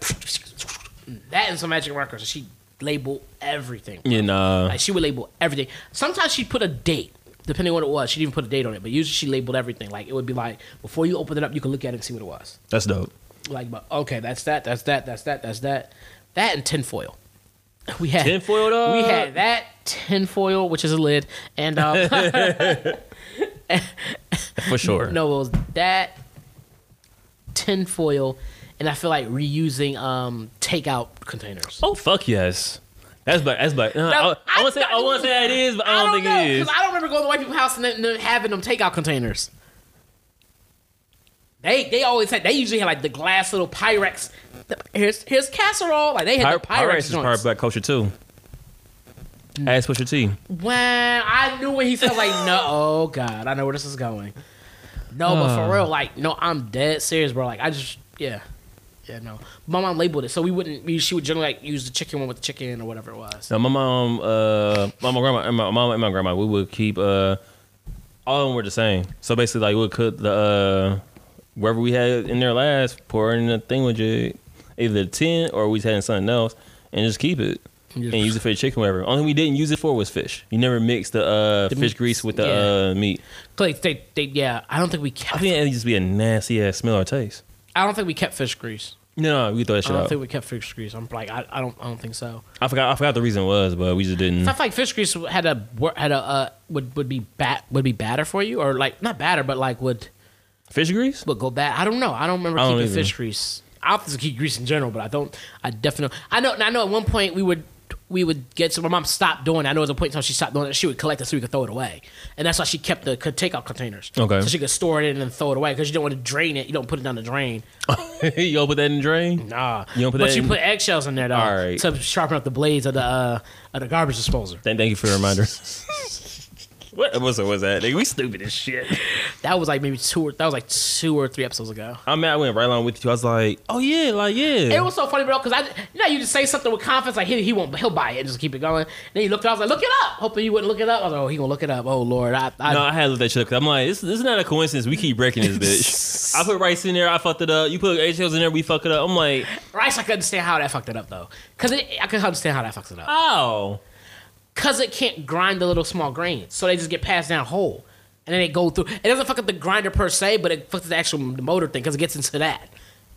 Speaker 2: that and some magic markers. And she labeled everything.
Speaker 1: yeah, nah.
Speaker 2: Like she would label everything. Sometimes she'd put a date. Depending on what it was, she'd even put a date on it. But usually she labeled everything. Like it would be like before you open it up, you can look at it and see what it was.
Speaker 1: That's dope.
Speaker 2: Like, but okay, that's that, that's that, that's that, that's that, that and tinfoil. We had
Speaker 1: Tinfoil, dog?
Speaker 2: We had that tinfoil, which is a lid, and um,
Speaker 1: For sure.
Speaker 2: no, it was that tinfoil, and I feel like reusing um takeout containers.
Speaker 1: Oh fuck yes. That's black. That's black. Nah,
Speaker 2: Now,
Speaker 1: I, I want to say I want to say that it is, but I don't, think it is.
Speaker 2: because I don't remember going to white people's house and them- them having them takeout containers. They they always had they usually had like the glass little Pyrex. Here's here's casserole. Like they had the
Speaker 1: Pyrex
Speaker 2: Pyrex,
Speaker 1: is part
Speaker 2: joints. Mm.
Speaker 1: of black culture too. Ask Pusha T.
Speaker 2: When I knew what he said, like, no, oh God, I know where this is going. No, but for real, like, no, I'm dead serious, bro. Like, I just, yeah, yeah, no. My mom labeled it, so we wouldn't. We, she would generally like use the chicken one with the chicken or whatever it was.
Speaker 1: So my mom, uh, my my grandma, and my mom and my grandma, we would keep uh, all of them were the same. So basically, like we would cook the uh, wherever we had in there last, pour in the thing with it, either the tin or we was having something else, and just keep it
Speaker 2: Yeah.
Speaker 1: and use it for the chicken, whatever. Only thing we didn't use it for was fish. You never mixed the, uh,
Speaker 2: The
Speaker 1: fish
Speaker 2: meats,
Speaker 1: grease with the
Speaker 2: yeah.
Speaker 1: uh, meat.
Speaker 2: Like, they, they, yeah. I don't think we
Speaker 1: I
Speaker 2: kept.
Speaker 1: think it used to be a nasty ass smell or taste.
Speaker 2: I don't think we kept fish grease.
Speaker 1: No, no, we throw that
Speaker 2: I
Speaker 1: shit
Speaker 2: don't
Speaker 1: out.
Speaker 2: think we kept fish grease. I'm like, I, I don't, I don't think so.
Speaker 1: I forgot. I forgot the reason was, but we just didn't.
Speaker 2: Stuff like fish grease had a wor- had a uh, would would be bat would be batter for you or like not batter but like would
Speaker 1: Fish grease?
Speaker 2: would go bad. I don't know. I don't remember
Speaker 1: I don't
Speaker 2: keeping
Speaker 1: either.
Speaker 2: fish grease. I often keep grease in general, but I don't. I definitely. I know. I know. At one point, we would we would get. So my mom stopped doing. it. I know at the point in time she stopped doing it. She would collect it so we could throw it away, and that's why she kept the could takeout containers.
Speaker 1: Okay.
Speaker 2: So she could store it in and throw it away because you don't want to drain it. You don't put it down the drain.
Speaker 1: you open that in the drain?
Speaker 2: Nah.
Speaker 1: You don't put
Speaker 2: but
Speaker 1: that
Speaker 2: you
Speaker 1: in-
Speaker 2: put eggshells in there though
Speaker 1: All right.
Speaker 2: to sharpen up the blades of the uh, of the garbage disposal.
Speaker 1: Thank, thank you for the reminder. what was was that? Nigga, we stupid as shit.
Speaker 2: That was like maybe two or that was like two or three episodes ago.
Speaker 1: I mean, I went right along with you. I was like, oh yeah, like yeah.
Speaker 2: It was so funny, bro, because I, you know, you just say something with confidence, like he, he won't, he'll buy it and just keep it going. then he looked, it up, I was like, look it up, hoping you wouldn't look it up. I was like, oh, he gonna look it up. Oh Lord, I, I
Speaker 1: no, I had to look that shit up 'cause I'm like, this, this is not a coincidence. We keep breaking this bitch. I put rice in there, I fucked it up. You put eggshells in there, we fuck it up. I'm like,
Speaker 2: rice. I could understand how that fucked it up though, because I could understand how that fucks it up,
Speaker 1: oh,
Speaker 2: because it can't grind the little small grains, so they just get passed down whole, and then they go through. It doesn't fuck up the grinder per se, but it fucks up the actual motor thing because it gets into that.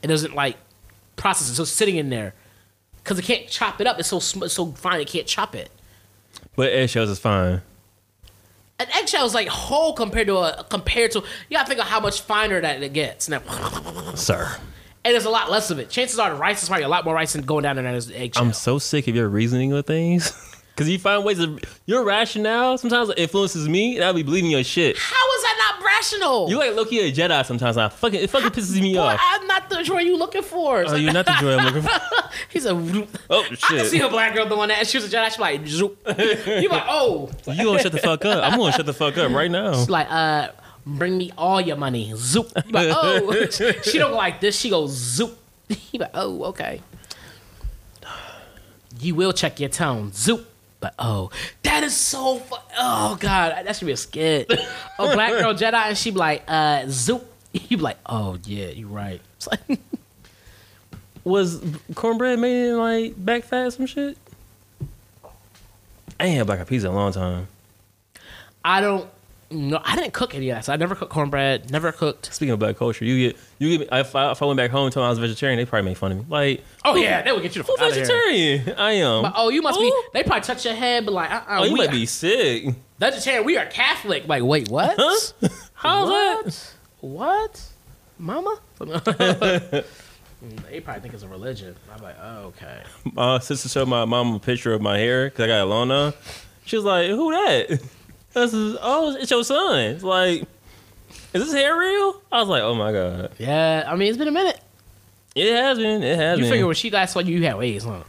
Speaker 2: It doesn't like process it, so it's sitting in there, because it can't chop it up. It's so sm- it's so fine, it can't chop it.
Speaker 1: but eggshells is fine.
Speaker 2: an eggshell is like whole compared to a compared to you gotta think of how much finer that it gets now and
Speaker 1: Sir,
Speaker 2: there's a lot less of it chances are the rice is probably a lot more rice than going down there than there's eggshell
Speaker 1: I'm so sick of your reasoning with things. Cause you find ways of your rationale sometimes influences me, and I'll be believing your shit.
Speaker 2: how is that not rational
Speaker 1: You like Loki a Jedi sometimes. And I fucking it fucking pisses me
Speaker 2: Boy,
Speaker 1: off.
Speaker 2: I'm not the joy you looking for. It's
Speaker 1: Oh,
Speaker 2: like-
Speaker 1: you're not the joy I'm looking for.
Speaker 2: He's a.
Speaker 1: Oh
Speaker 2: I can see
Speaker 1: shit!
Speaker 2: a black girl doing that. She was a Jedi. She's like, zoop. you like, oh,
Speaker 1: You gonna shut the fuck up? I'm gonna shut the fuck up right now.
Speaker 2: She's like, uh, bring me all your money. Zoop. You like, oh, she don't go like this. She goes zoop. You like, oh, okay. You will check your tone. Zoop. But oh, that is so. Fu- oh God, that should be a skit. A black girl Jedi, and she be like, uh, zoop. You be like, oh yeah, you right. It's like,
Speaker 1: Was cornbread made in like back fat some shit? I ain't had black eyed peas in a long time.
Speaker 2: I don't. No, I didn't cook any of that. So I never cooked cornbread. Never cooked.
Speaker 1: Speaking of black culture, you get you get. If I, if I went back home and told them I was vegetarian, they probably make fun of me. Like,
Speaker 2: Oh yeah, that would get you the
Speaker 1: who
Speaker 2: fuck out of here.
Speaker 1: vegetarian? I am.
Speaker 2: But, oh, you must be.
Speaker 1: Who?
Speaker 2: They probably touch your head, but like, uh, uh
Speaker 1: Oh, you
Speaker 2: we
Speaker 1: might be sick.
Speaker 2: vegetarian. We are Catholic. Like, wait, what?
Speaker 1: Huh? How's that?
Speaker 2: what? What? Mama? Mm, they probably think it's a religion. I'm like, oh, okay.
Speaker 1: My sister showed my mom a picture of my hair because I got it long now. She was like, "Who that?" I was just, "Oh, it's your son." It's like, "Is this hair real?" I was like, "Oh my god,
Speaker 2: Yeah, I mean, it's been a minute.
Speaker 1: it has been. It has
Speaker 2: You
Speaker 1: been."
Speaker 2: figure when she last saw you, you had waves, huh?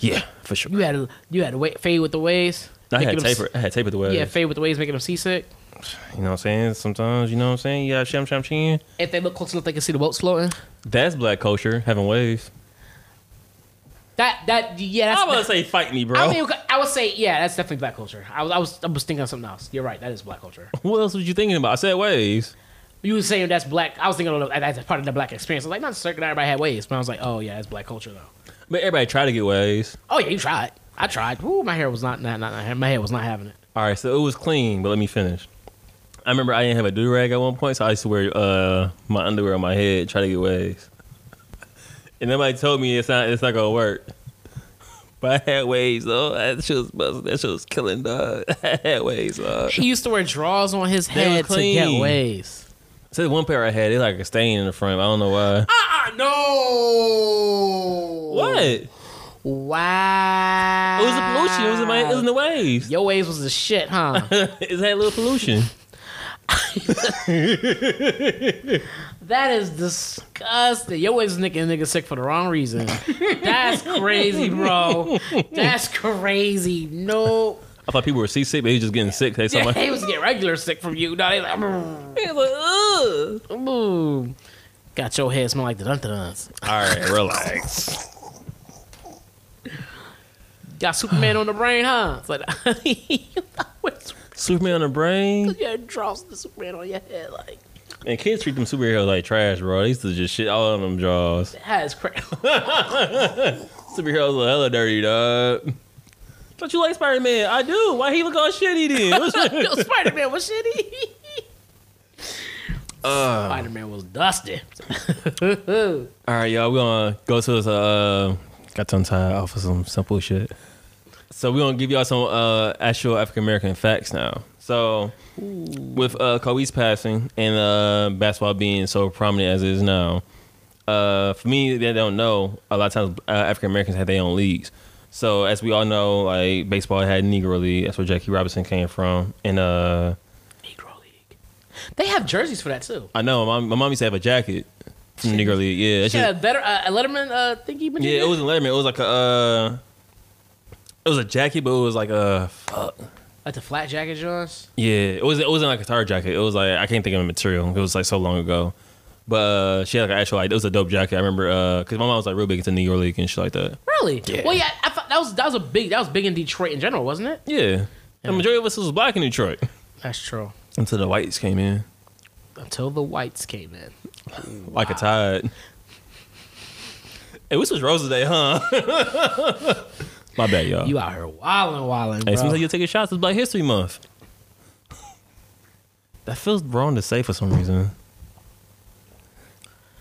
Speaker 1: yeah, for sure.
Speaker 2: You had a, you had a wa- fade with the waves.
Speaker 1: I had
Speaker 2: making them
Speaker 1: taper. I had taper the
Speaker 2: s-
Speaker 1: way.
Speaker 2: Yeah, fade with the waves, making them seasick.
Speaker 1: You know what I'm saying? Sometimes, you know what I'm saying? You got sham sham chin.
Speaker 2: If they look close enough, they can see the boats floating.
Speaker 1: That's black culture, having waves.
Speaker 2: That that yeah. That's,
Speaker 1: I was gonna say fight me, bro.
Speaker 2: I mean, I would say yeah, that's definitely black culture. I was I was I was thinking of something else. You're right. That is black culture.
Speaker 1: what else was you thinking about? I said waves.
Speaker 2: You were saying that's black. I was thinking of, that's part of the black experience. I was like, not certain everybody had waves, but I was like, oh yeah, that's black culture though.
Speaker 1: But everybody try to get waves.
Speaker 2: Oh yeah, you tried. I tried. Ooh, my hair was not not not, not my hair was not having it.
Speaker 1: All right, so it was clean, but let me finish. I remember I didn't have a do rag at one point, so I used to wear uh, my underwear on my head, try to get waves. And nobody told me it's not it's not gonna work. But I had waves though. That shit was busting. That shit was killing dog. I had waves dog.
Speaker 2: He used to wear drawers on his
Speaker 1: were
Speaker 2: head to get
Speaker 1: clean.
Speaker 2: waves.
Speaker 1: So the one pair I had, it like a stain in the front. I don't know why.
Speaker 2: Ah uh, no.
Speaker 1: What? It
Speaker 2: Wow.
Speaker 1: was a pollution. It was in my. It was in the waves.
Speaker 2: Your waves was the shit, huh?
Speaker 1: it had a little pollution.
Speaker 2: that is disgusting. Your waves nigga nigga sick for the wrong reason. That's crazy, bro. That's crazy. No.
Speaker 1: I thought people were seasick, but he was just getting sick. They saw
Speaker 2: Yeah,
Speaker 1: my.
Speaker 2: he was getting regular sick from you. No, they like, "Brr."
Speaker 1: He was like, All
Speaker 2: Ooh. "Mm." Got your head smell like the dun duns.
Speaker 1: right, relax.
Speaker 2: Got Superman on the brain, huh? It's like, what's
Speaker 1: Superman on the brain,
Speaker 2: your drops the Superman on your head? Like,
Speaker 1: and kids treat them superheroes like trash, bro. They used to just shit all of them draws.
Speaker 2: that is crazy.
Speaker 1: Superheroes are hella dirty, dog. But you like Spider Man? I do. Why he look all shitty then? What's-
Speaker 2: Yo, Spider Man was shitty.
Speaker 1: Uh.
Speaker 2: Spider Man was dusty.
Speaker 1: All right, y'all. We're gonna go to this. Uh, got some time off of some simple shit. So we're gonna give y'all some uh, actual African American facts now. So with uh, Kobe's passing and uh, basketball being so prominent as it is now, uh, for me that don't know, a lot of times uh, African Americans had their own leagues. So as we all know, like baseball had Negro League. That's where Jackie Robinson came from. And uh,
Speaker 2: Negro League. They have jerseys for that too.
Speaker 1: I know my mom, my mom used to have a jacket from the Negro League. Yeah, that shit-
Speaker 2: She had a better uh, a Letterman uh, thingy. Benita?
Speaker 1: Yeah, it wasn't Letterman. It was like a, uh, it was a jacket, but it was like a, fuck.
Speaker 2: like the flat jacket joints.
Speaker 1: yeah, it was it wasn't like a tire jacket. It was like I can't think of the material. It was like so long ago, but uh, she had like an actual like it was a dope jacket. I remember because my mom was like real big into New York League and shit like that.
Speaker 2: Really?
Speaker 1: Yeah.
Speaker 2: Well, yeah. I thought that was that was a big that was big in Detroit in general, wasn't it?
Speaker 1: Yeah, the majority of us was black in Detroit
Speaker 2: That's true.
Speaker 1: until the whites came in
Speaker 2: Until the whites came in.
Speaker 1: like a tide. Hey, this was Rosa Day, huh? my bad, y'all.
Speaker 2: You out here wilding, wilding,
Speaker 1: Oh. Hey,
Speaker 2: bro.
Speaker 1: it seems like you're taking shots. It's Black History Month. That feels wrong to say for some reason.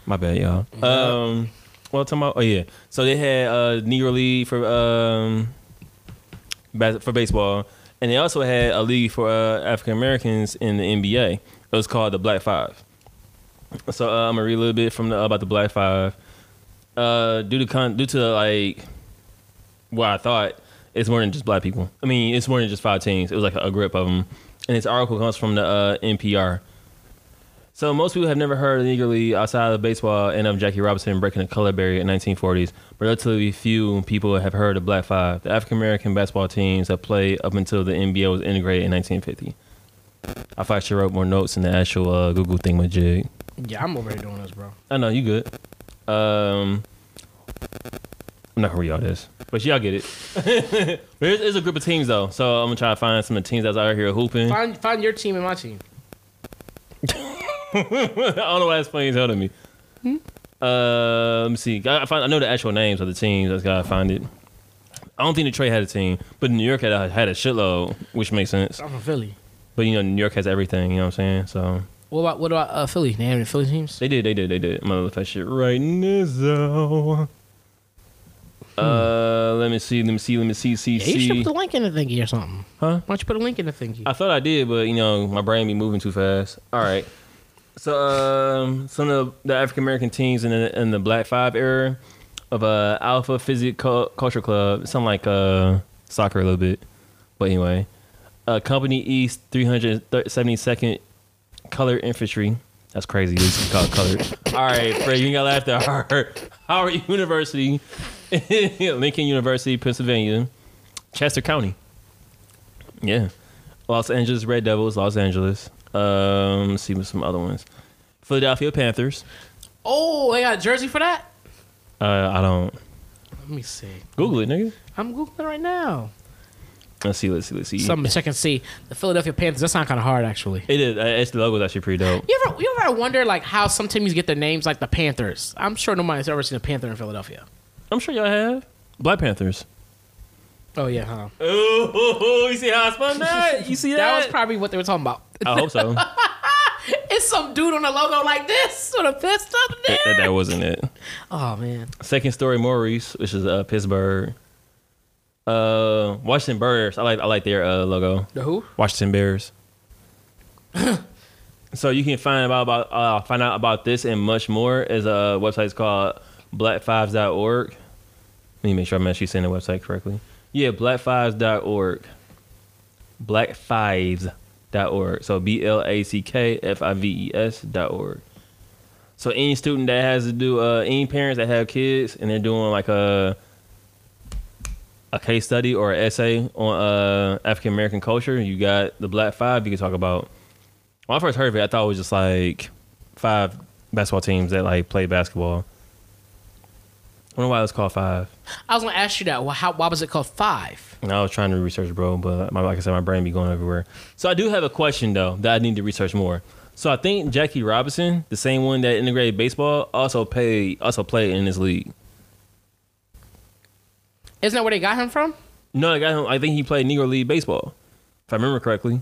Speaker 1: My bad, y'all. Um, well, talking about oh yeah, so they had uh, Negro League for um, bas- for baseball, and they also had a league for uh, African Americans in the NBA. It was called the Black Five. So uh, I'm gonna read a little bit from the, about the Black Five. Uh, due to con- due to like what I thought it's more than just black people. I mean, it's more than just five teams. It was like a grip of them. And this article comes from the uh, NPR. So most people have never heard of the Negro League outside of baseball and of Jackie Robinson breaking the color barrier in 1940s. But relatively few people have heard of Black Five, the African American basketball teams that played up until the NBA was integrated in 1950. I thought she wrote more notes in the actual uh, Google thing with Jig.
Speaker 2: yeah, I'm already doing this, bro.
Speaker 1: I know you good. Um, I'm not gonna read all this, but y'all get it. There's is a group of teams though, so I'm gonna try to find some of the teams that's out here hooping. I
Speaker 2: Find find your team and my team.
Speaker 1: don't know why that's funny as hell to me. Uh, let me see. I, I find, I know the actual names of the teams. I just gotta find it. I don't think Detroit had a team, but New York had a, had a shitload, which makes sense.
Speaker 2: I'm from Philly.
Speaker 1: But you know, New York has everything. You know what I'm saying? So
Speaker 2: What about what about uh, Philly? They have any Philly teams?
Speaker 1: They did, they did, they did. I'm gonna look that shit right now. Uh, let me see, let me see, let me see, see,
Speaker 2: Yeah, you should
Speaker 1: see. Uh,
Speaker 2: put a link in the thingy or something.
Speaker 1: Huh?
Speaker 2: Why don't you put a link in the thingy?
Speaker 1: I thought I did, but you know, my brain be moving too fast. All right. So, um, some of the African American teams in the, in the Black Five era of uh, Alpha Physic Cul- Culture Club, something like uh, soccer a little bit, but anyway, uh, Company East 372nd Color Infantry. That's crazy. This is called colored. All right, Fred, you got laugh at Howard, Howard University, Lincoln University, Pennsylvania, Chester County. Yeah. Los Angeles Red Devils, Los Angeles. Um, let's see with some other ones. Philadelphia Panthers.
Speaker 2: oh, they got a jersey for that?
Speaker 1: Uh, I don't
Speaker 2: Let me see.
Speaker 1: Google it, nigga.
Speaker 2: I'm googling right now.
Speaker 1: Let's see, let's see, let's see.
Speaker 2: So I'm gonna check and see the Philadelphia Panthers. That sound kind of hard, actually.
Speaker 1: It is. uh, It's the logo's actually pretty dope.
Speaker 2: You ever you ever wonder like how some teams get their names like the Panthers? I'm sure nobody's ever seen a Panther in Philadelphia.
Speaker 1: I'm sure y'all have Black Panthers.
Speaker 2: Oh yeah, huh?
Speaker 1: Oh, you see how I spun that? You see
Speaker 2: That was probably what they were talking about.
Speaker 1: I hope so.
Speaker 2: It's some dude on a logo like this with a fist up in
Speaker 1: that,
Speaker 2: there.
Speaker 1: that wasn't it.
Speaker 2: Oh man,
Speaker 1: Second story Maurice, which is uh, Pittsburgh. Uh, Washington Bears. I like I like their uh, logo.
Speaker 2: the who?
Speaker 1: Washington Bears. so you can find about about uh, find out about this and much more is a website is called blackfives.org. Let me make sure I'm actually saying the website correctly. Yeah, blackfives.org. Blackfives.org. So B L A C K F I V E S dot org. So any student that has to do uh, any parents that have kids and they're doing like a a case study or an essay on uh, African American culture, you got the Black Five. You can talk about. When I first heard of it, I thought it was just like five basketball teams that like play basketball. I wonder why it was called five.
Speaker 2: I was gonna ask you that. Well, how, why was it called five?
Speaker 1: And I was trying to research, bro, but my, like I said, my brain be going everywhere. So I do have a question though that I need to research more. So I think Jackie Robinson, the same one that integrated baseball, also paid also played in this league.
Speaker 2: Isn't that where they got him from?
Speaker 1: No, I got him. I think he played Negro League baseball, if I remember correctly.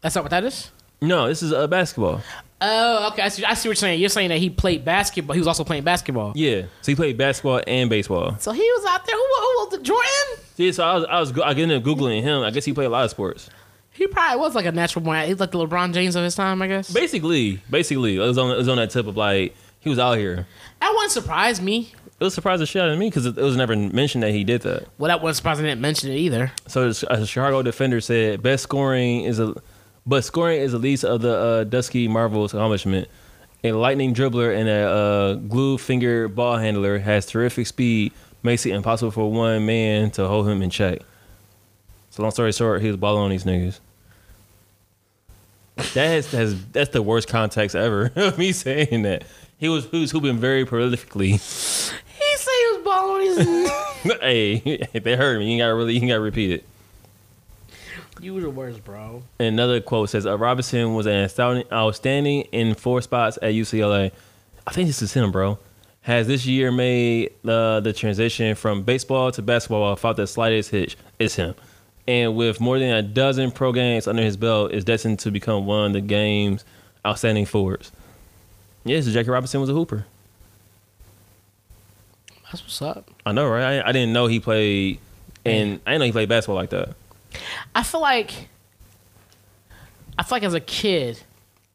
Speaker 2: That's not what that is.
Speaker 1: No, this is uh, basketball.
Speaker 2: Oh, okay. I see, I see what you're saying. You're saying that he played basketball. He was also playing basketball.
Speaker 1: Yeah, so he played basketball and baseball.
Speaker 2: So he was out there. Who, who was the Jordan?
Speaker 1: Yeah, so I was I was go- I ended up googling him. I guess he played a lot of sports.
Speaker 2: He probably was like a natural born. He's like the LeBron James of his time, I guess.
Speaker 1: Basically, basically, it was on it was on that tip of like he was out here.
Speaker 2: That wouldn't surprise me.
Speaker 1: It was surprising shit out of me because it, it was never mentioned that he did that.
Speaker 2: Well, that wouldn't surprise me. I didn't mention it either.
Speaker 1: So the a Chicago defender said, "Best scoring is a, but scoring is the least of the uh, Dusky Marvel's accomplishment. A lightning dribbler and a uh, glue finger ball handler has terrific speed, makes it impossible for one man to hold him in check." So long story short, he was balling on these niggas. That has, has that's the worst context ever of me saying that. He was who's who been very prolifically.
Speaker 2: He said he was balling on his.
Speaker 1: hey, they heard me. You got to really, you got to repeat it.
Speaker 2: you were the worst, bro.
Speaker 1: Another quote says uh, Robinson was an outstanding, outstanding in four spots at UCLA. I think this is him, bro. Has this year made uh, the transition from baseball to basketball without the slightest hitch? It's him. And with more than a dozen pro games under his belt, is destined to become one of the game's outstanding forwards. Yes, Jackie Robinson was a hooper.
Speaker 2: That's what's up.
Speaker 1: I know, right? I, I didn't know he played, and I didn't know he played basketball like that.
Speaker 2: I feel like. I feel like as a kid,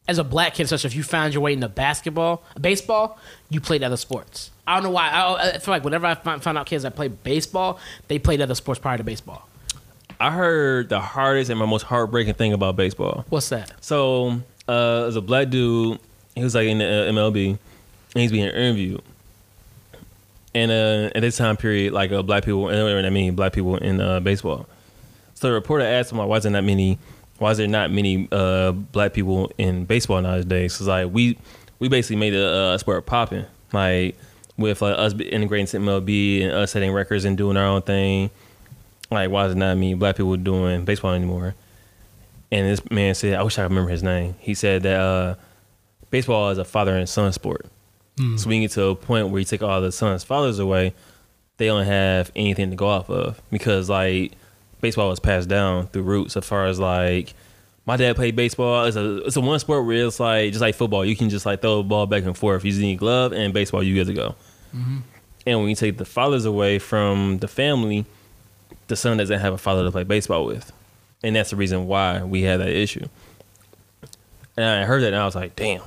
Speaker 2: as a black kid, such if you found your way into basketball, baseball, you played other sports. I don't know why. I, I feel like whenever I find, found out kids that play baseball, they played other sports prior to baseball.
Speaker 1: I heard the hardest and my most heartbreaking thing about baseball.
Speaker 2: What's that?
Speaker 1: So, uh, as a black dude, he was like in the uh, MLB, and he's being interviewed. And uh, at this time period, like uh, black people, and I mean black people in uh, baseball. So the reporter asked him, like, "Why isn't that many? Why is there not many uh, black people in baseball nowadays?" Because like we, we basically made the uh, sport popping, like with uh, us integrating to MLB and us setting records and doing our own thing. Like, why is it not many black people doing baseball anymore? And this man said, I wish I could remember his name. He said that uh, baseball is a father and son sport. So we get to a point where you take all the sons, fathers away, they don't have anything to go off of because like baseball was passed down through roots as far as like my dad played baseball. It's a it's a one sport where it's like just like football, you can just like throw the ball back and forth. You just need a glove and baseball, you get to go. And when you take the fathers away from the family, the son doesn't have a father to play baseball with, and that's the reason why we had that issue. And I heard that and I was like, damn.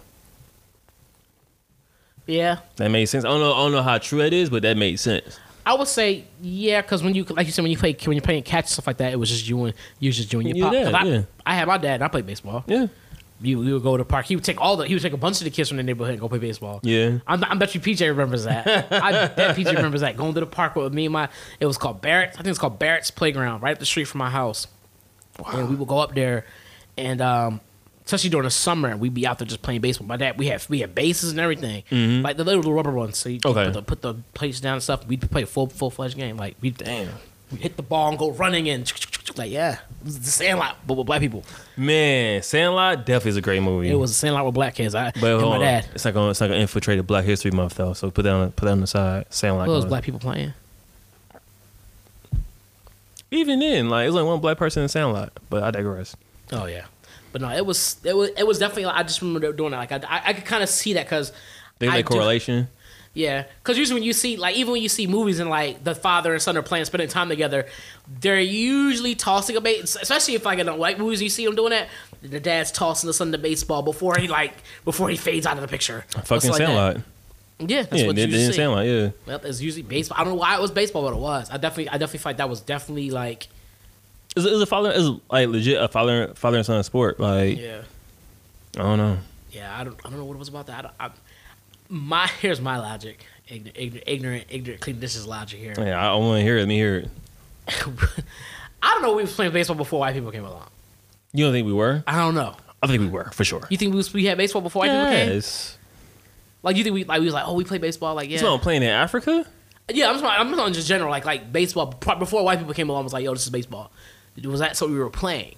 Speaker 2: Yeah,
Speaker 1: That made sense. I don't know. I don't know how true it is, but that made sense.
Speaker 2: I would say yeah, because when you like you said when you play when you're playing catch and stuff like that, it was just you and you was just you and your
Speaker 1: You
Speaker 2: pop. 'Cause
Speaker 1: did,
Speaker 2: I,
Speaker 1: yeah.
Speaker 2: I had my dad. and I played baseball.
Speaker 1: Yeah.
Speaker 2: You you would go to the park. He would take all the he would take a bunch of the kids from the neighborhood and go play baseball.
Speaker 1: Yeah.
Speaker 2: I'm, I bet you PJ remembers that. I bet PJ remembers that going to the park with me and my. It was called Barrett's. I think it's called Barrett's Playground, right up the street from my house. And we would go up there, and um, especially during the summer, we'd be out there just playing baseball. My dad, we had we had bases and everything, like the little rubber ones. So you just
Speaker 1: Mm-hmm. Okay.
Speaker 2: put, the, put the plates down and stuff. We'd play a full full fledged game. Like we damn, we hit the ball and go running in. Like yeah, it was the Sandlot, but with black people.
Speaker 1: Man, Sandlot definitely is a great movie.
Speaker 2: It was the Sandlot with black kids. I
Speaker 1: But
Speaker 2: and
Speaker 1: hold
Speaker 2: my
Speaker 1: on.
Speaker 2: dad.
Speaker 1: It's not gonna. It's not gonna infiltrate a Black History Month though. So put that on. Put that on the side. Sandlot.
Speaker 2: What was
Speaker 1: going-
Speaker 2: black people playing?
Speaker 1: Even then, like it's only one black person in Sandlot. But I digress.
Speaker 2: Oh yeah, but no, it was it was it was definitely. I just remember doing that. Like I I, I could kind of see that because
Speaker 1: They
Speaker 2: I
Speaker 1: like
Speaker 2: do-
Speaker 1: correlation.
Speaker 2: Yeah, because usually when you see like even when you see movies and like the father and son are playing, spending time together, they're usually tossing a bait. Especially if like in the white movies, you see them doing that. The dad's tossing the son the baseball before he like before he fades out of the picture.
Speaker 1: Fucking
Speaker 2: Stuff like
Speaker 1: Sandlot.
Speaker 2: That. Yeah, that's
Speaker 1: Yeah,
Speaker 2: what
Speaker 1: they,
Speaker 2: you
Speaker 1: they didn't
Speaker 2: see.
Speaker 1: Sandlot. Yeah.
Speaker 2: Well, it's usually baseball. I don't know why it was baseball, but it was. I definitely, I definitely feel like that was definitely like
Speaker 1: Is is a father is like legit a father father and son sport. Like
Speaker 2: yeah.
Speaker 1: I don't know.
Speaker 2: Yeah, I don't, I don't know what it was about that. I don't, I, my here's my logic, ignorant, ignorant, ignorant, ignorant clean dishes logic here.
Speaker 1: Yeah, I, I want to hear it. Let me hear it.
Speaker 2: I don't know. We was playing baseball before white people came along.
Speaker 1: You don't think we were?
Speaker 2: I don't know.
Speaker 1: I think we were for sure.
Speaker 2: You think we, was, we had baseball before white people came?
Speaker 1: Yes.
Speaker 2: Like you think we like we was like oh we play baseball like yeah
Speaker 1: So I'm playing in Africa.
Speaker 2: yeah I'm just I'm just on just general like like baseball pro- before white people came along was like yo this is baseball was that so we were playing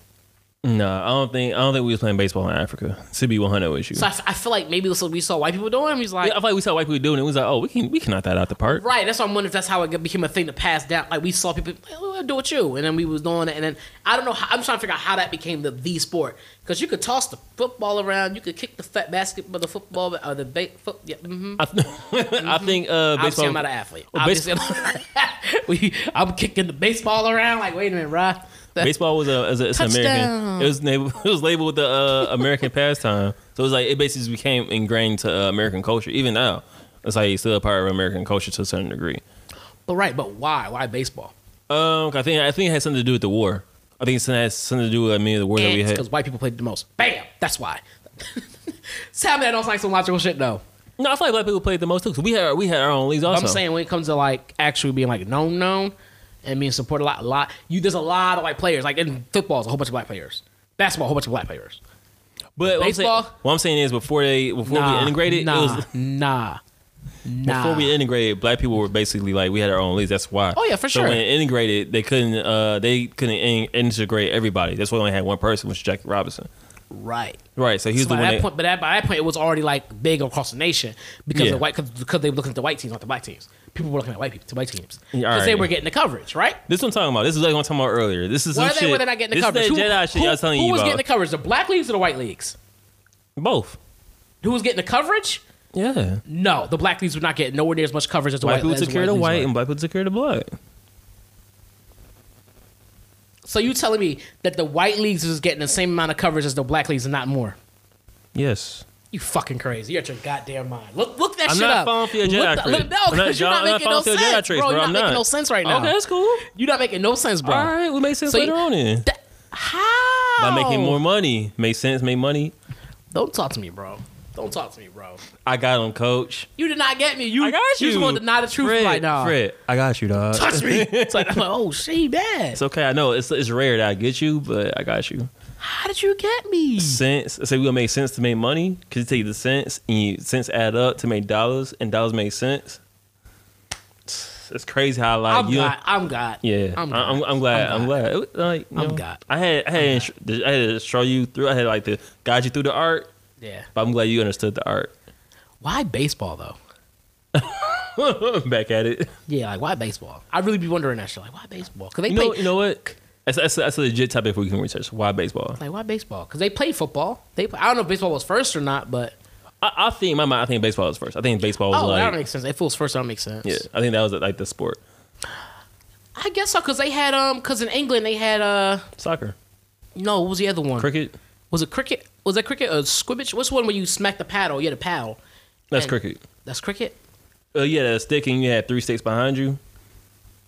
Speaker 1: No, I don't think I don't think we was playing baseball in Africa. To be 100 with you,
Speaker 2: so I, f- I feel like maybe that's what we saw white people doing he's like
Speaker 1: I feel like we saw white people doing it. We was like, oh, we can we can knock that out the park.
Speaker 2: Right, that's why I'm wondering if that's how it became a thing to pass down. Like we saw people, like, oh, I'll do it you, and then we was doing it, and then I don't know. How, I'm trying to figure out how that became the the sport because you could toss the football around, you could kick the fat basket, but the football or the ba- foot, yeah, mm-hmm.
Speaker 1: I, th- I think uh,
Speaker 2: Obviously,
Speaker 1: baseball.
Speaker 2: I'm not an athlete.
Speaker 1: Well, base-
Speaker 2: Obviously, I'm- we, I'm kicking the baseball around. Like, wait a minute, Rod.
Speaker 1: Baseball was a, is a it's an American.
Speaker 2: Touchdown.
Speaker 1: It was labeled, it was labeled the uh, American pastime. So it was like it basically became ingrained to uh, American culture. Even now, it's like it's still a part of American culture to a certain degree.
Speaker 2: But right, but why? Why baseball?
Speaker 1: Um, I think I think it had something to do with the war. I think it has something to do with many of the war that we had.
Speaker 2: Because white people played the most. Bam. That's why. Tell me that don't sound like some logical shit though.
Speaker 1: No, I feel like black people played the most too. 'cause we had we had our own leagues
Speaker 2: But
Speaker 1: also.
Speaker 2: I'm saying when it comes to like actually being like known known and being supported a lot, a lot you there's a lot of white players. Like in football, there's a whole bunch of black players. Basketball, a whole bunch of black players.
Speaker 1: but what I'm saying-
Speaker 2: baseball?
Speaker 1: what I'm saying is before they before
Speaker 2: nah,
Speaker 1: we integrated,
Speaker 2: nah,
Speaker 1: it was,
Speaker 2: nah, nah.
Speaker 1: before we integrated, black people were basically like we had our own leagues. That's why.
Speaker 2: Oh, yeah, for
Speaker 1: so
Speaker 2: sure.
Speaker 1: when it integrated, they couldn't uh they couldn't in- integrate everybody. That's why they only had one person, which was Jackie Robinson.
Speaker 2: right.
Speaker 1: Right. So he was
Speaker 2: So
Speaker 1: the
Speaker 2: by
Speaker 1: one.
Speaker 2: that
Speaker 1: that-
Speaker 2: point, but that, by that point, it was already like big across the nation because
Speaker 1: Yeah.
Speaker 2: the white cause, because they were looking at the white teams, not the black teams. People were looking at white people, to white teams because
Speaker 1: Yeah,
Speaker 2: they
Speaker 1: alright.
Speaker 2: were getting the coverage, right?
Speaker 1: This is what I'm talking about. This is what I'm talking about earlier. This is
Speaker 2: Were
Speaker 1: some
Speaker 2: they?
Speaker 1: shit.
Speaker 2: Were they not getting the
Speaker 1: this
Speaker 2: coverage?
Speaker 1: Is that Jedi shit I was telling
Speaker 2: who
Speaker 1: you
Speaker 2: was
Speaker 1: about.
Speaker 2: getting the coverage? The black leagues or the white leagues?
Speaker 1: Both.
Speaker 2: Who was getting the coverage?
Speaker 1: Yeah.
Speaker 2: No, the black leagues were not getting nowhere near as much coverage as the
Speaker 1: Black
Speaker 2: white
Speaker 1: people
Speaker 2: as
Speaker 1: took care of the
Speaker 2: leagues
Speaker 1: white,
Speaker 2: were.
Speaker 1: and black people took care of the black.
Speaker 2: So you telling me that the white leagues is getting the same amount of coverage as the black leagues and not more?
Speaker 1: Yes.
Speaker 2: You fucking crazy! You're at your goddamn mind. Look, look that
Speaker 1: I'm
Speaker 2: shit
Speaker 1: not
Speaker 2: up.
Speaker 1: falling for your
Speaker 2: Look
Speaker 1: Jedi
Speaker 2: the-
Speaker 1: creed.
Speaker 2: look- No,
Speaker 1: I'm not-
Speaker 2: because you're not
Speaker 1: I'm not
Speaker 2: making no
Speaker 1: falling for your Jedi
Speaker 2: sense,
Speaker 1: traits,
Speaker 2: bro.
Speaker 1: bro.
Speaker 2: You're not
Speaker 1: I'm
Speaker 2: making
Speaker 1: not.
Speaker 2: no sense right now.
Speaker 1: Okay, that's cool.
Speaker 2: You're not making no sense, bro.
Speaker 1: All right, we make sense
Speaker 2: So you-
Speaker 1: later on then.
Speaker 2: That- how?
Speaker 1: By making more money, make sense, make money.
Speaker 2: Don't talk to me, bro. Don't talk to me, bro.
Speaker 1: I got him, coach.
Speaker 2: You did not get me. You,
Speaker 1: I got you.
Speaker 2: You just want to deny the truth
Speaker 1: Fred,
Speaker 2: right now.
Speaker 1: Fred, I got you, dog.
Speaker 2: Touch me. It's like, I'm like, oh, she bad.
Speaker 1: It's okay. I know it's it's rare that I get you, but I got you.
Speaker 2: How did you get me?
Speaker 1: Sense. Say we gonna make sense to make money. Cause you take the cents and you cents add up to make dollars, and dollars make sense. It's crazy how like
Speaker 2: I'm
Speaker 1: you.
Speaker 2: God. I'm God.
Speaker 1: Yeah, I'm,
Speaker 2: I'm God.
Speaker 1: I'm, I'm glad. I'm, glad. It was, like, you
Speaker 2: I'm
Speaker 1: know,
Speaker 2: God.
Speaker 1: I had I had, instru- I had to show you through. I had like to guide you through the art,
Speaker 2: yeah.
Speaker 1: but I'm glad you understood the art.
Speaker 2: Why baseball though?
Speaker 1: Back at it.
Speaker 2: Yeah, like why baseball? I really be wondering that shit. Like why baseball? Because they
Speaker 1: You know.
Speaker 2: play
Speaker 1: You know what? That's, that's, that's a legit topic for you can research. Why baseball?
Speaker 2: like why baseball? Because they play football. They play, I don't know if baseball was first or not, but
Speaker 1: I, I think in my mind. I think baseball was first. I think baseball was
Speaker 2: oh, that
Speaker 1: like
Speaker 2: don't make sense. If it was first, that don't make sense.
Speaker 1: yeah. I think that was like the sport.
Speaker 2: I guess so. Because they had um, because in England they had uh,
Speaker 1: Soccer,
Speaker 2: no, what was the other one?
Speaker 1: cricket.
Speaker 2: Was it cricket? Was that cricket or scrimmage? What's the one where you smack the paddle? You had a paddle.
Speaker 1: That's
Speaker 2: And-
Speaker 1: cricket.
Speaker 2: That's cricket.
Speaker 1: Uh, you had a stick and you had three sticks behind you.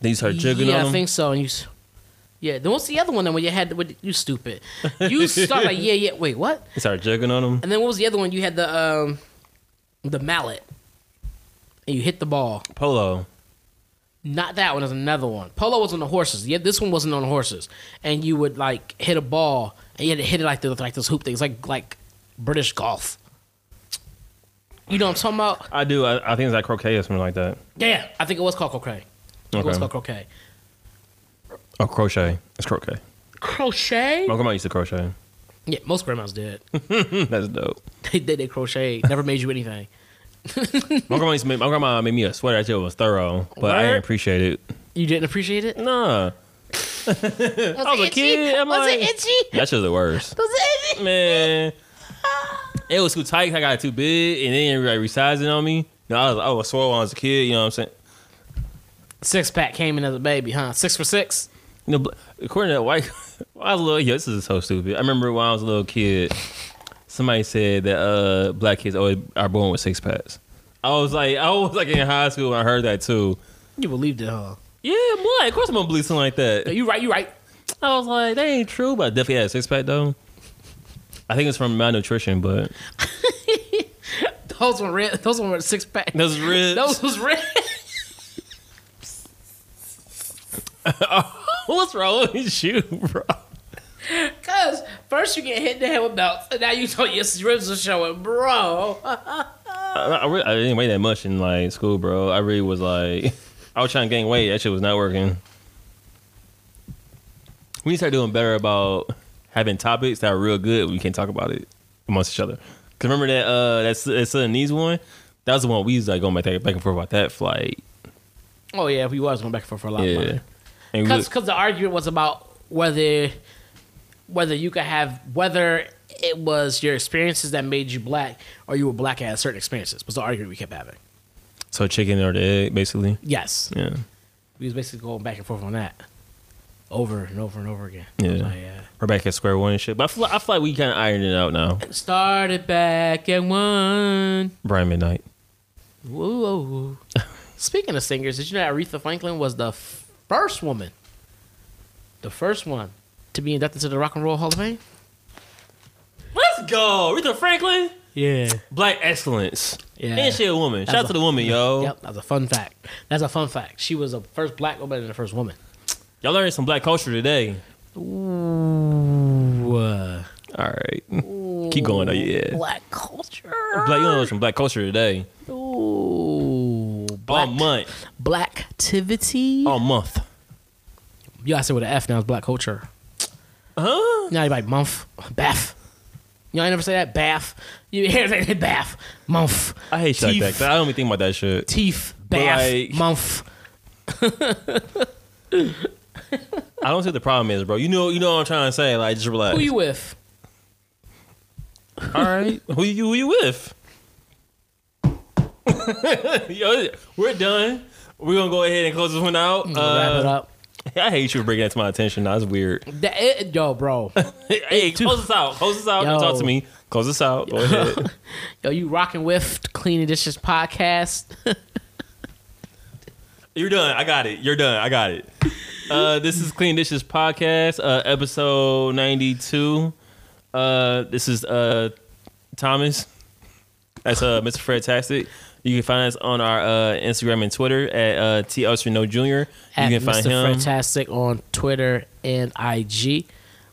Speaker 1: Then you start juggling
Speaker 2: yeah,
Speaker 1: on
Speaker 2: I
Speaker 1: them.
Speaker 2: think so. And you, s- yeah. Then what's the other one? Then when you had, when you stupid, you start like yeah, yeah. Wait, what?
Speaker 1: You start juggling on them.
Speaker 2: And then what was the other one? You had the um, the mallet, and you hit the ball.
Speaker 1: Polo.
Speaker 2: Not that one. There's another one. Polo was on the horses. Yeah, this one wasn't on the horses. And you would like hit a ball, and you had to hit it like the like this hoop thing. It's like like British golf. You know what I'm talking about?
Speaker 1: I do. I, I think it's like croquet or something like that.
Speaker 2: Yeah, I think it was called croquet. It was
Speaker 1: Okay.
Speaker 2: called croquet.
Speaker 1: Oh, crochet. It's croquet.
Speaker 2: Crochet.
Speaker 1: My grandma used to crochet.
Speaker 2: Yeah, most grandmas did.
Speaker 1: That's dope.
Speaker 2: they did. They crocheted. Never made you anything.
Speaker 1: My grandma used to make, my grandma made me a sweater. That shit was thorough, but I
Speaker 2: Word?
Speaker 1: didn't appreciate it.
Speaker 2: You didn't appreciate it.
Speaker 1: Nah, I was a kid. I'm
Speaker 2: was
Speaker 1: like,
Speaker 2: it itchy?
Speaker 1: that shit's the worst,
Speaker 2: Was it itchy?
Speaker 1: man. It was too tight. I got too big, and then like resizing on me. No, I was I was swole when I was a kid. You know what I'm saying?
Speaker 2: Six pack came in as a baby, huh? Six for six.
Speaker 1: You know, bl- according to that white, when I was a little. Yeah, this is so stupid. I remember when I was a little kid, somebody said that uh, black kids always are born with six packs. I was like, I was like in high school when I heard that too.
Speaker 2: You believed it, huh?
Speaker 1: Yeah, boy, of course I'm gonna believe something like that.
Speaker 2: No, you right. You right.
Speaker 1: I was like, that ain't true, but I definitely had a six pack though. I think it's from malnutrition, but
Speaker 2: Those were red. Those were six pack.
Speaker 1: those ribs.
Speaker 2: Those was red.
Speaker 1: what's wrong with you, bro?
Speaker 2: Cause first you get hit in the head with belts, and now you know your ribs are showing, bro.
Speaker 1: I, really, I didn't weigh that much in like school, bro. I really was like, I was trying to gain weight. That shit was not working. We need to start doing better about having topics that are real good. We can talk about it amongst each other. Cause remember that uh that's that Southern Knees one. That was the one we was like going back back and forth about that flight.
Speaker 2: Oh yeah, we was going back and forth for a lot of
Speaker 1: Yeah,
Speaker 2: money.
Speaker 1: and we,
Speaker 2: Because the argument was about whether whether you could have whether it was your experiences that made you black or you were black at certain experiences was the argument we kept having.
Speaker 1: so chicken or the egg, basically.
Speaker 2: Yes,
Speaker 1: Yeah,
Speaker 2: we was basically going back and forth on that over and over and over again. I was
Speaker 1: Yeah.
Speaker 2: like, uh, yeah.
Speaker 1: we're back at square one and shit. But I feel, I feel like we kind of ironed it out now.
Speaker 2: Started back at one.
Speaker 1: Brian Midnight.
Speaker 2: Woo, Whoa. Speaking of singers, did you know Aretha Franklin was the f- first woman, the first one to be inducted to the Rock and Roll Hall of Fame?
Speaker 1: Let's go, Aretha Franklin.
Speaker 2: Yeah.
Speaker 1: Black excellence.
Speaker 2: Yeah.
Speaker 1: And she a woman. Shout out to the woman, yo.
Speaker 2: Yep, that's a fun fact. That's a fun fact. She was the first black woman and the first woman.
Speaker 1: Y'all learning some black culture today.
Speaker 2: Ooh, uh,
Speaker 1: All right. Keep going though, yeah. Black,
Speaker 2: black culture.
Speaker 1: you Oh, know some black culture today.
Speaker 2: Ooh,
Speaker 1: All
Speaker 2: black
Speaker 1: month.
Speaker 2: blacktivity.
Speaker 1: All month.
Speaker 2: You gotta say with an F now. It's black culture.
Speaker 1: Huh?
Speaker 2: Now you like month, bath. You know, I never say that bath. You hear that bath, month,
Speaker 1: I hate shit like that.
Speaker 2: Teeth.
Speaker 1: 'cause I don't even think about that shit.
Speaker 2: teeth, bath,
Speaker 1: like-
Speaker 2: month.
Speaker 1: I don't see what the problem is, bro. You know you know what I'm trying to say. Like just relax.
Speaker 2: Who you with?
Speaker 1: All right. who you who you with? yo, we're done. We're gonna go ahead and close this one out.
Speaker 2: wrap it
Speaker 1: Uh,
Speaker 2: up.
Speaker 1: I hate you for bringing that to my attention. That's weird.
Speaker 2: That- it- yo, bro.
Speaker 1: hey, close this out. Close this out.
Speaker 2: Yo.
Speaker 1: Talk to me. Close this out. Go ahead.
Speaker 2: yo, you rocking with Cleaning Dishes podcast.
Speaker 1: You're done. I got it. You're done. I got it. Uh, this is Clean Dishes Podcast, uh, episode 92. Uh, this is uh, Thomas. That's uh, Mr. Fred Tastic. You can find us on our uh, Instagram and Twitter at uh, T. Ostrino Jr.
Speaker 2: at
Speaker 1: you can
Speaker 2: Mr.
Speaker 1: find him.
Speaker 2: Fantastic on Twitter and IG.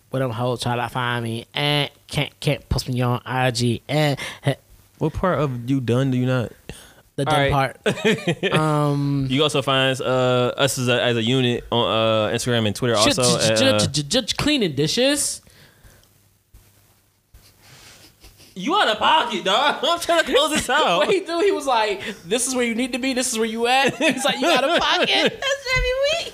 Speaker 2: What them hoes try to find me and can't can't post me on IG and eh,
Speaker 1: what part of you done do you not?
Speaker 2: the
Speaker 1: All
Speaker 2: dumb
Speaker 1: right.
Speaker 2: part. Mm-hmm. Um,
Speaker 1: You can also find us, uh, us as a, as a unit on uh, Instagram and Twitter
Speaker 2: Ch-
Speaker 1: also.
Speaker 2: ch-
Speaker 1: at,
Speaker 2: ch-
Speaker 1: uh,
Speaker 2: ch- ch- ch- Cleaning dishes.
Speaker 1: you out of pocket, dog. I'm trying to close this out.
Speaker 2: What he do? He was like, "This is where you need to be. This is where you at." He's like, "You out of pocket." That's every week.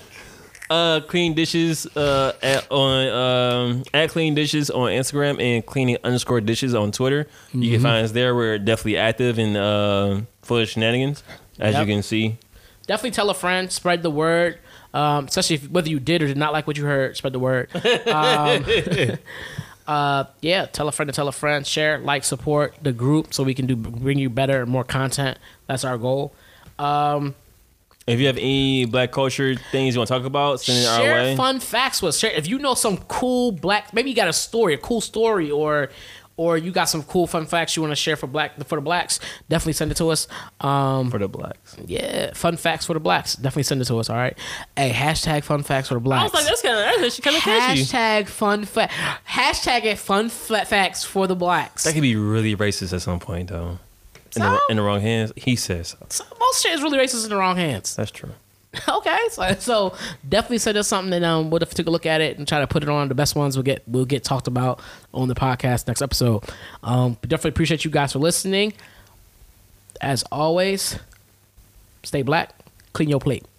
Speaker 1: uh clean dishes uh at, on um at clean dishes on instagram and cleaning underscore dishes on twitter you
Speaker 2: Mm-hmm.
Speaker 1: can find us there we're definitely active and uh full of shenanigans as
Speaker 2: Yep.
Speaker 1: you can see
Speaker 2: Definitely tell a friend. Spread the word. Um, especially if, whether you did or did not like what you heard, spread the word. Um, uh, yeah, tell a friend to tell a friend, share, like, support the group so we can do bring you better, more content. That's our goal. Um,
Speaker 1: if you have any black culture things you want to talk about send it our
Speaker 2: share
Speaker 1: way
Speaker 2: fun facts with us. share. If you know some cool black, maybe you got a story, a cool story, or or you got some cool fun facts you want to share for black for the blacks. Definitely send it to us. Um,
Speaker 1: for the blacks
Speaker 2: yeah, fun facts for the blacks. Definitely send it to us. All right. Hey, hashtag fun facts for the blacks.
Speaker 1: i was like that's kind of that's kind of catchy
Speaker 2: hashtag fun fact. Hashtag it fun fa- facts for the blacks.
Speaker 1: that could be really racist at some point though in,
Speaker 2: So?
Speaker 1: the, in the wrong hands he says
Speaker 2: So most shit is really racist in the wrong hands.
Speaker 1: that's true
Speaker 2: okay, so, so definitely send us something that um we'll have to take a look at it and try to put it on. The best ones will get will get talked about on the podcast next episode. Um, but definitely appreciate you guys for listening. As always, stay black, clean your plate.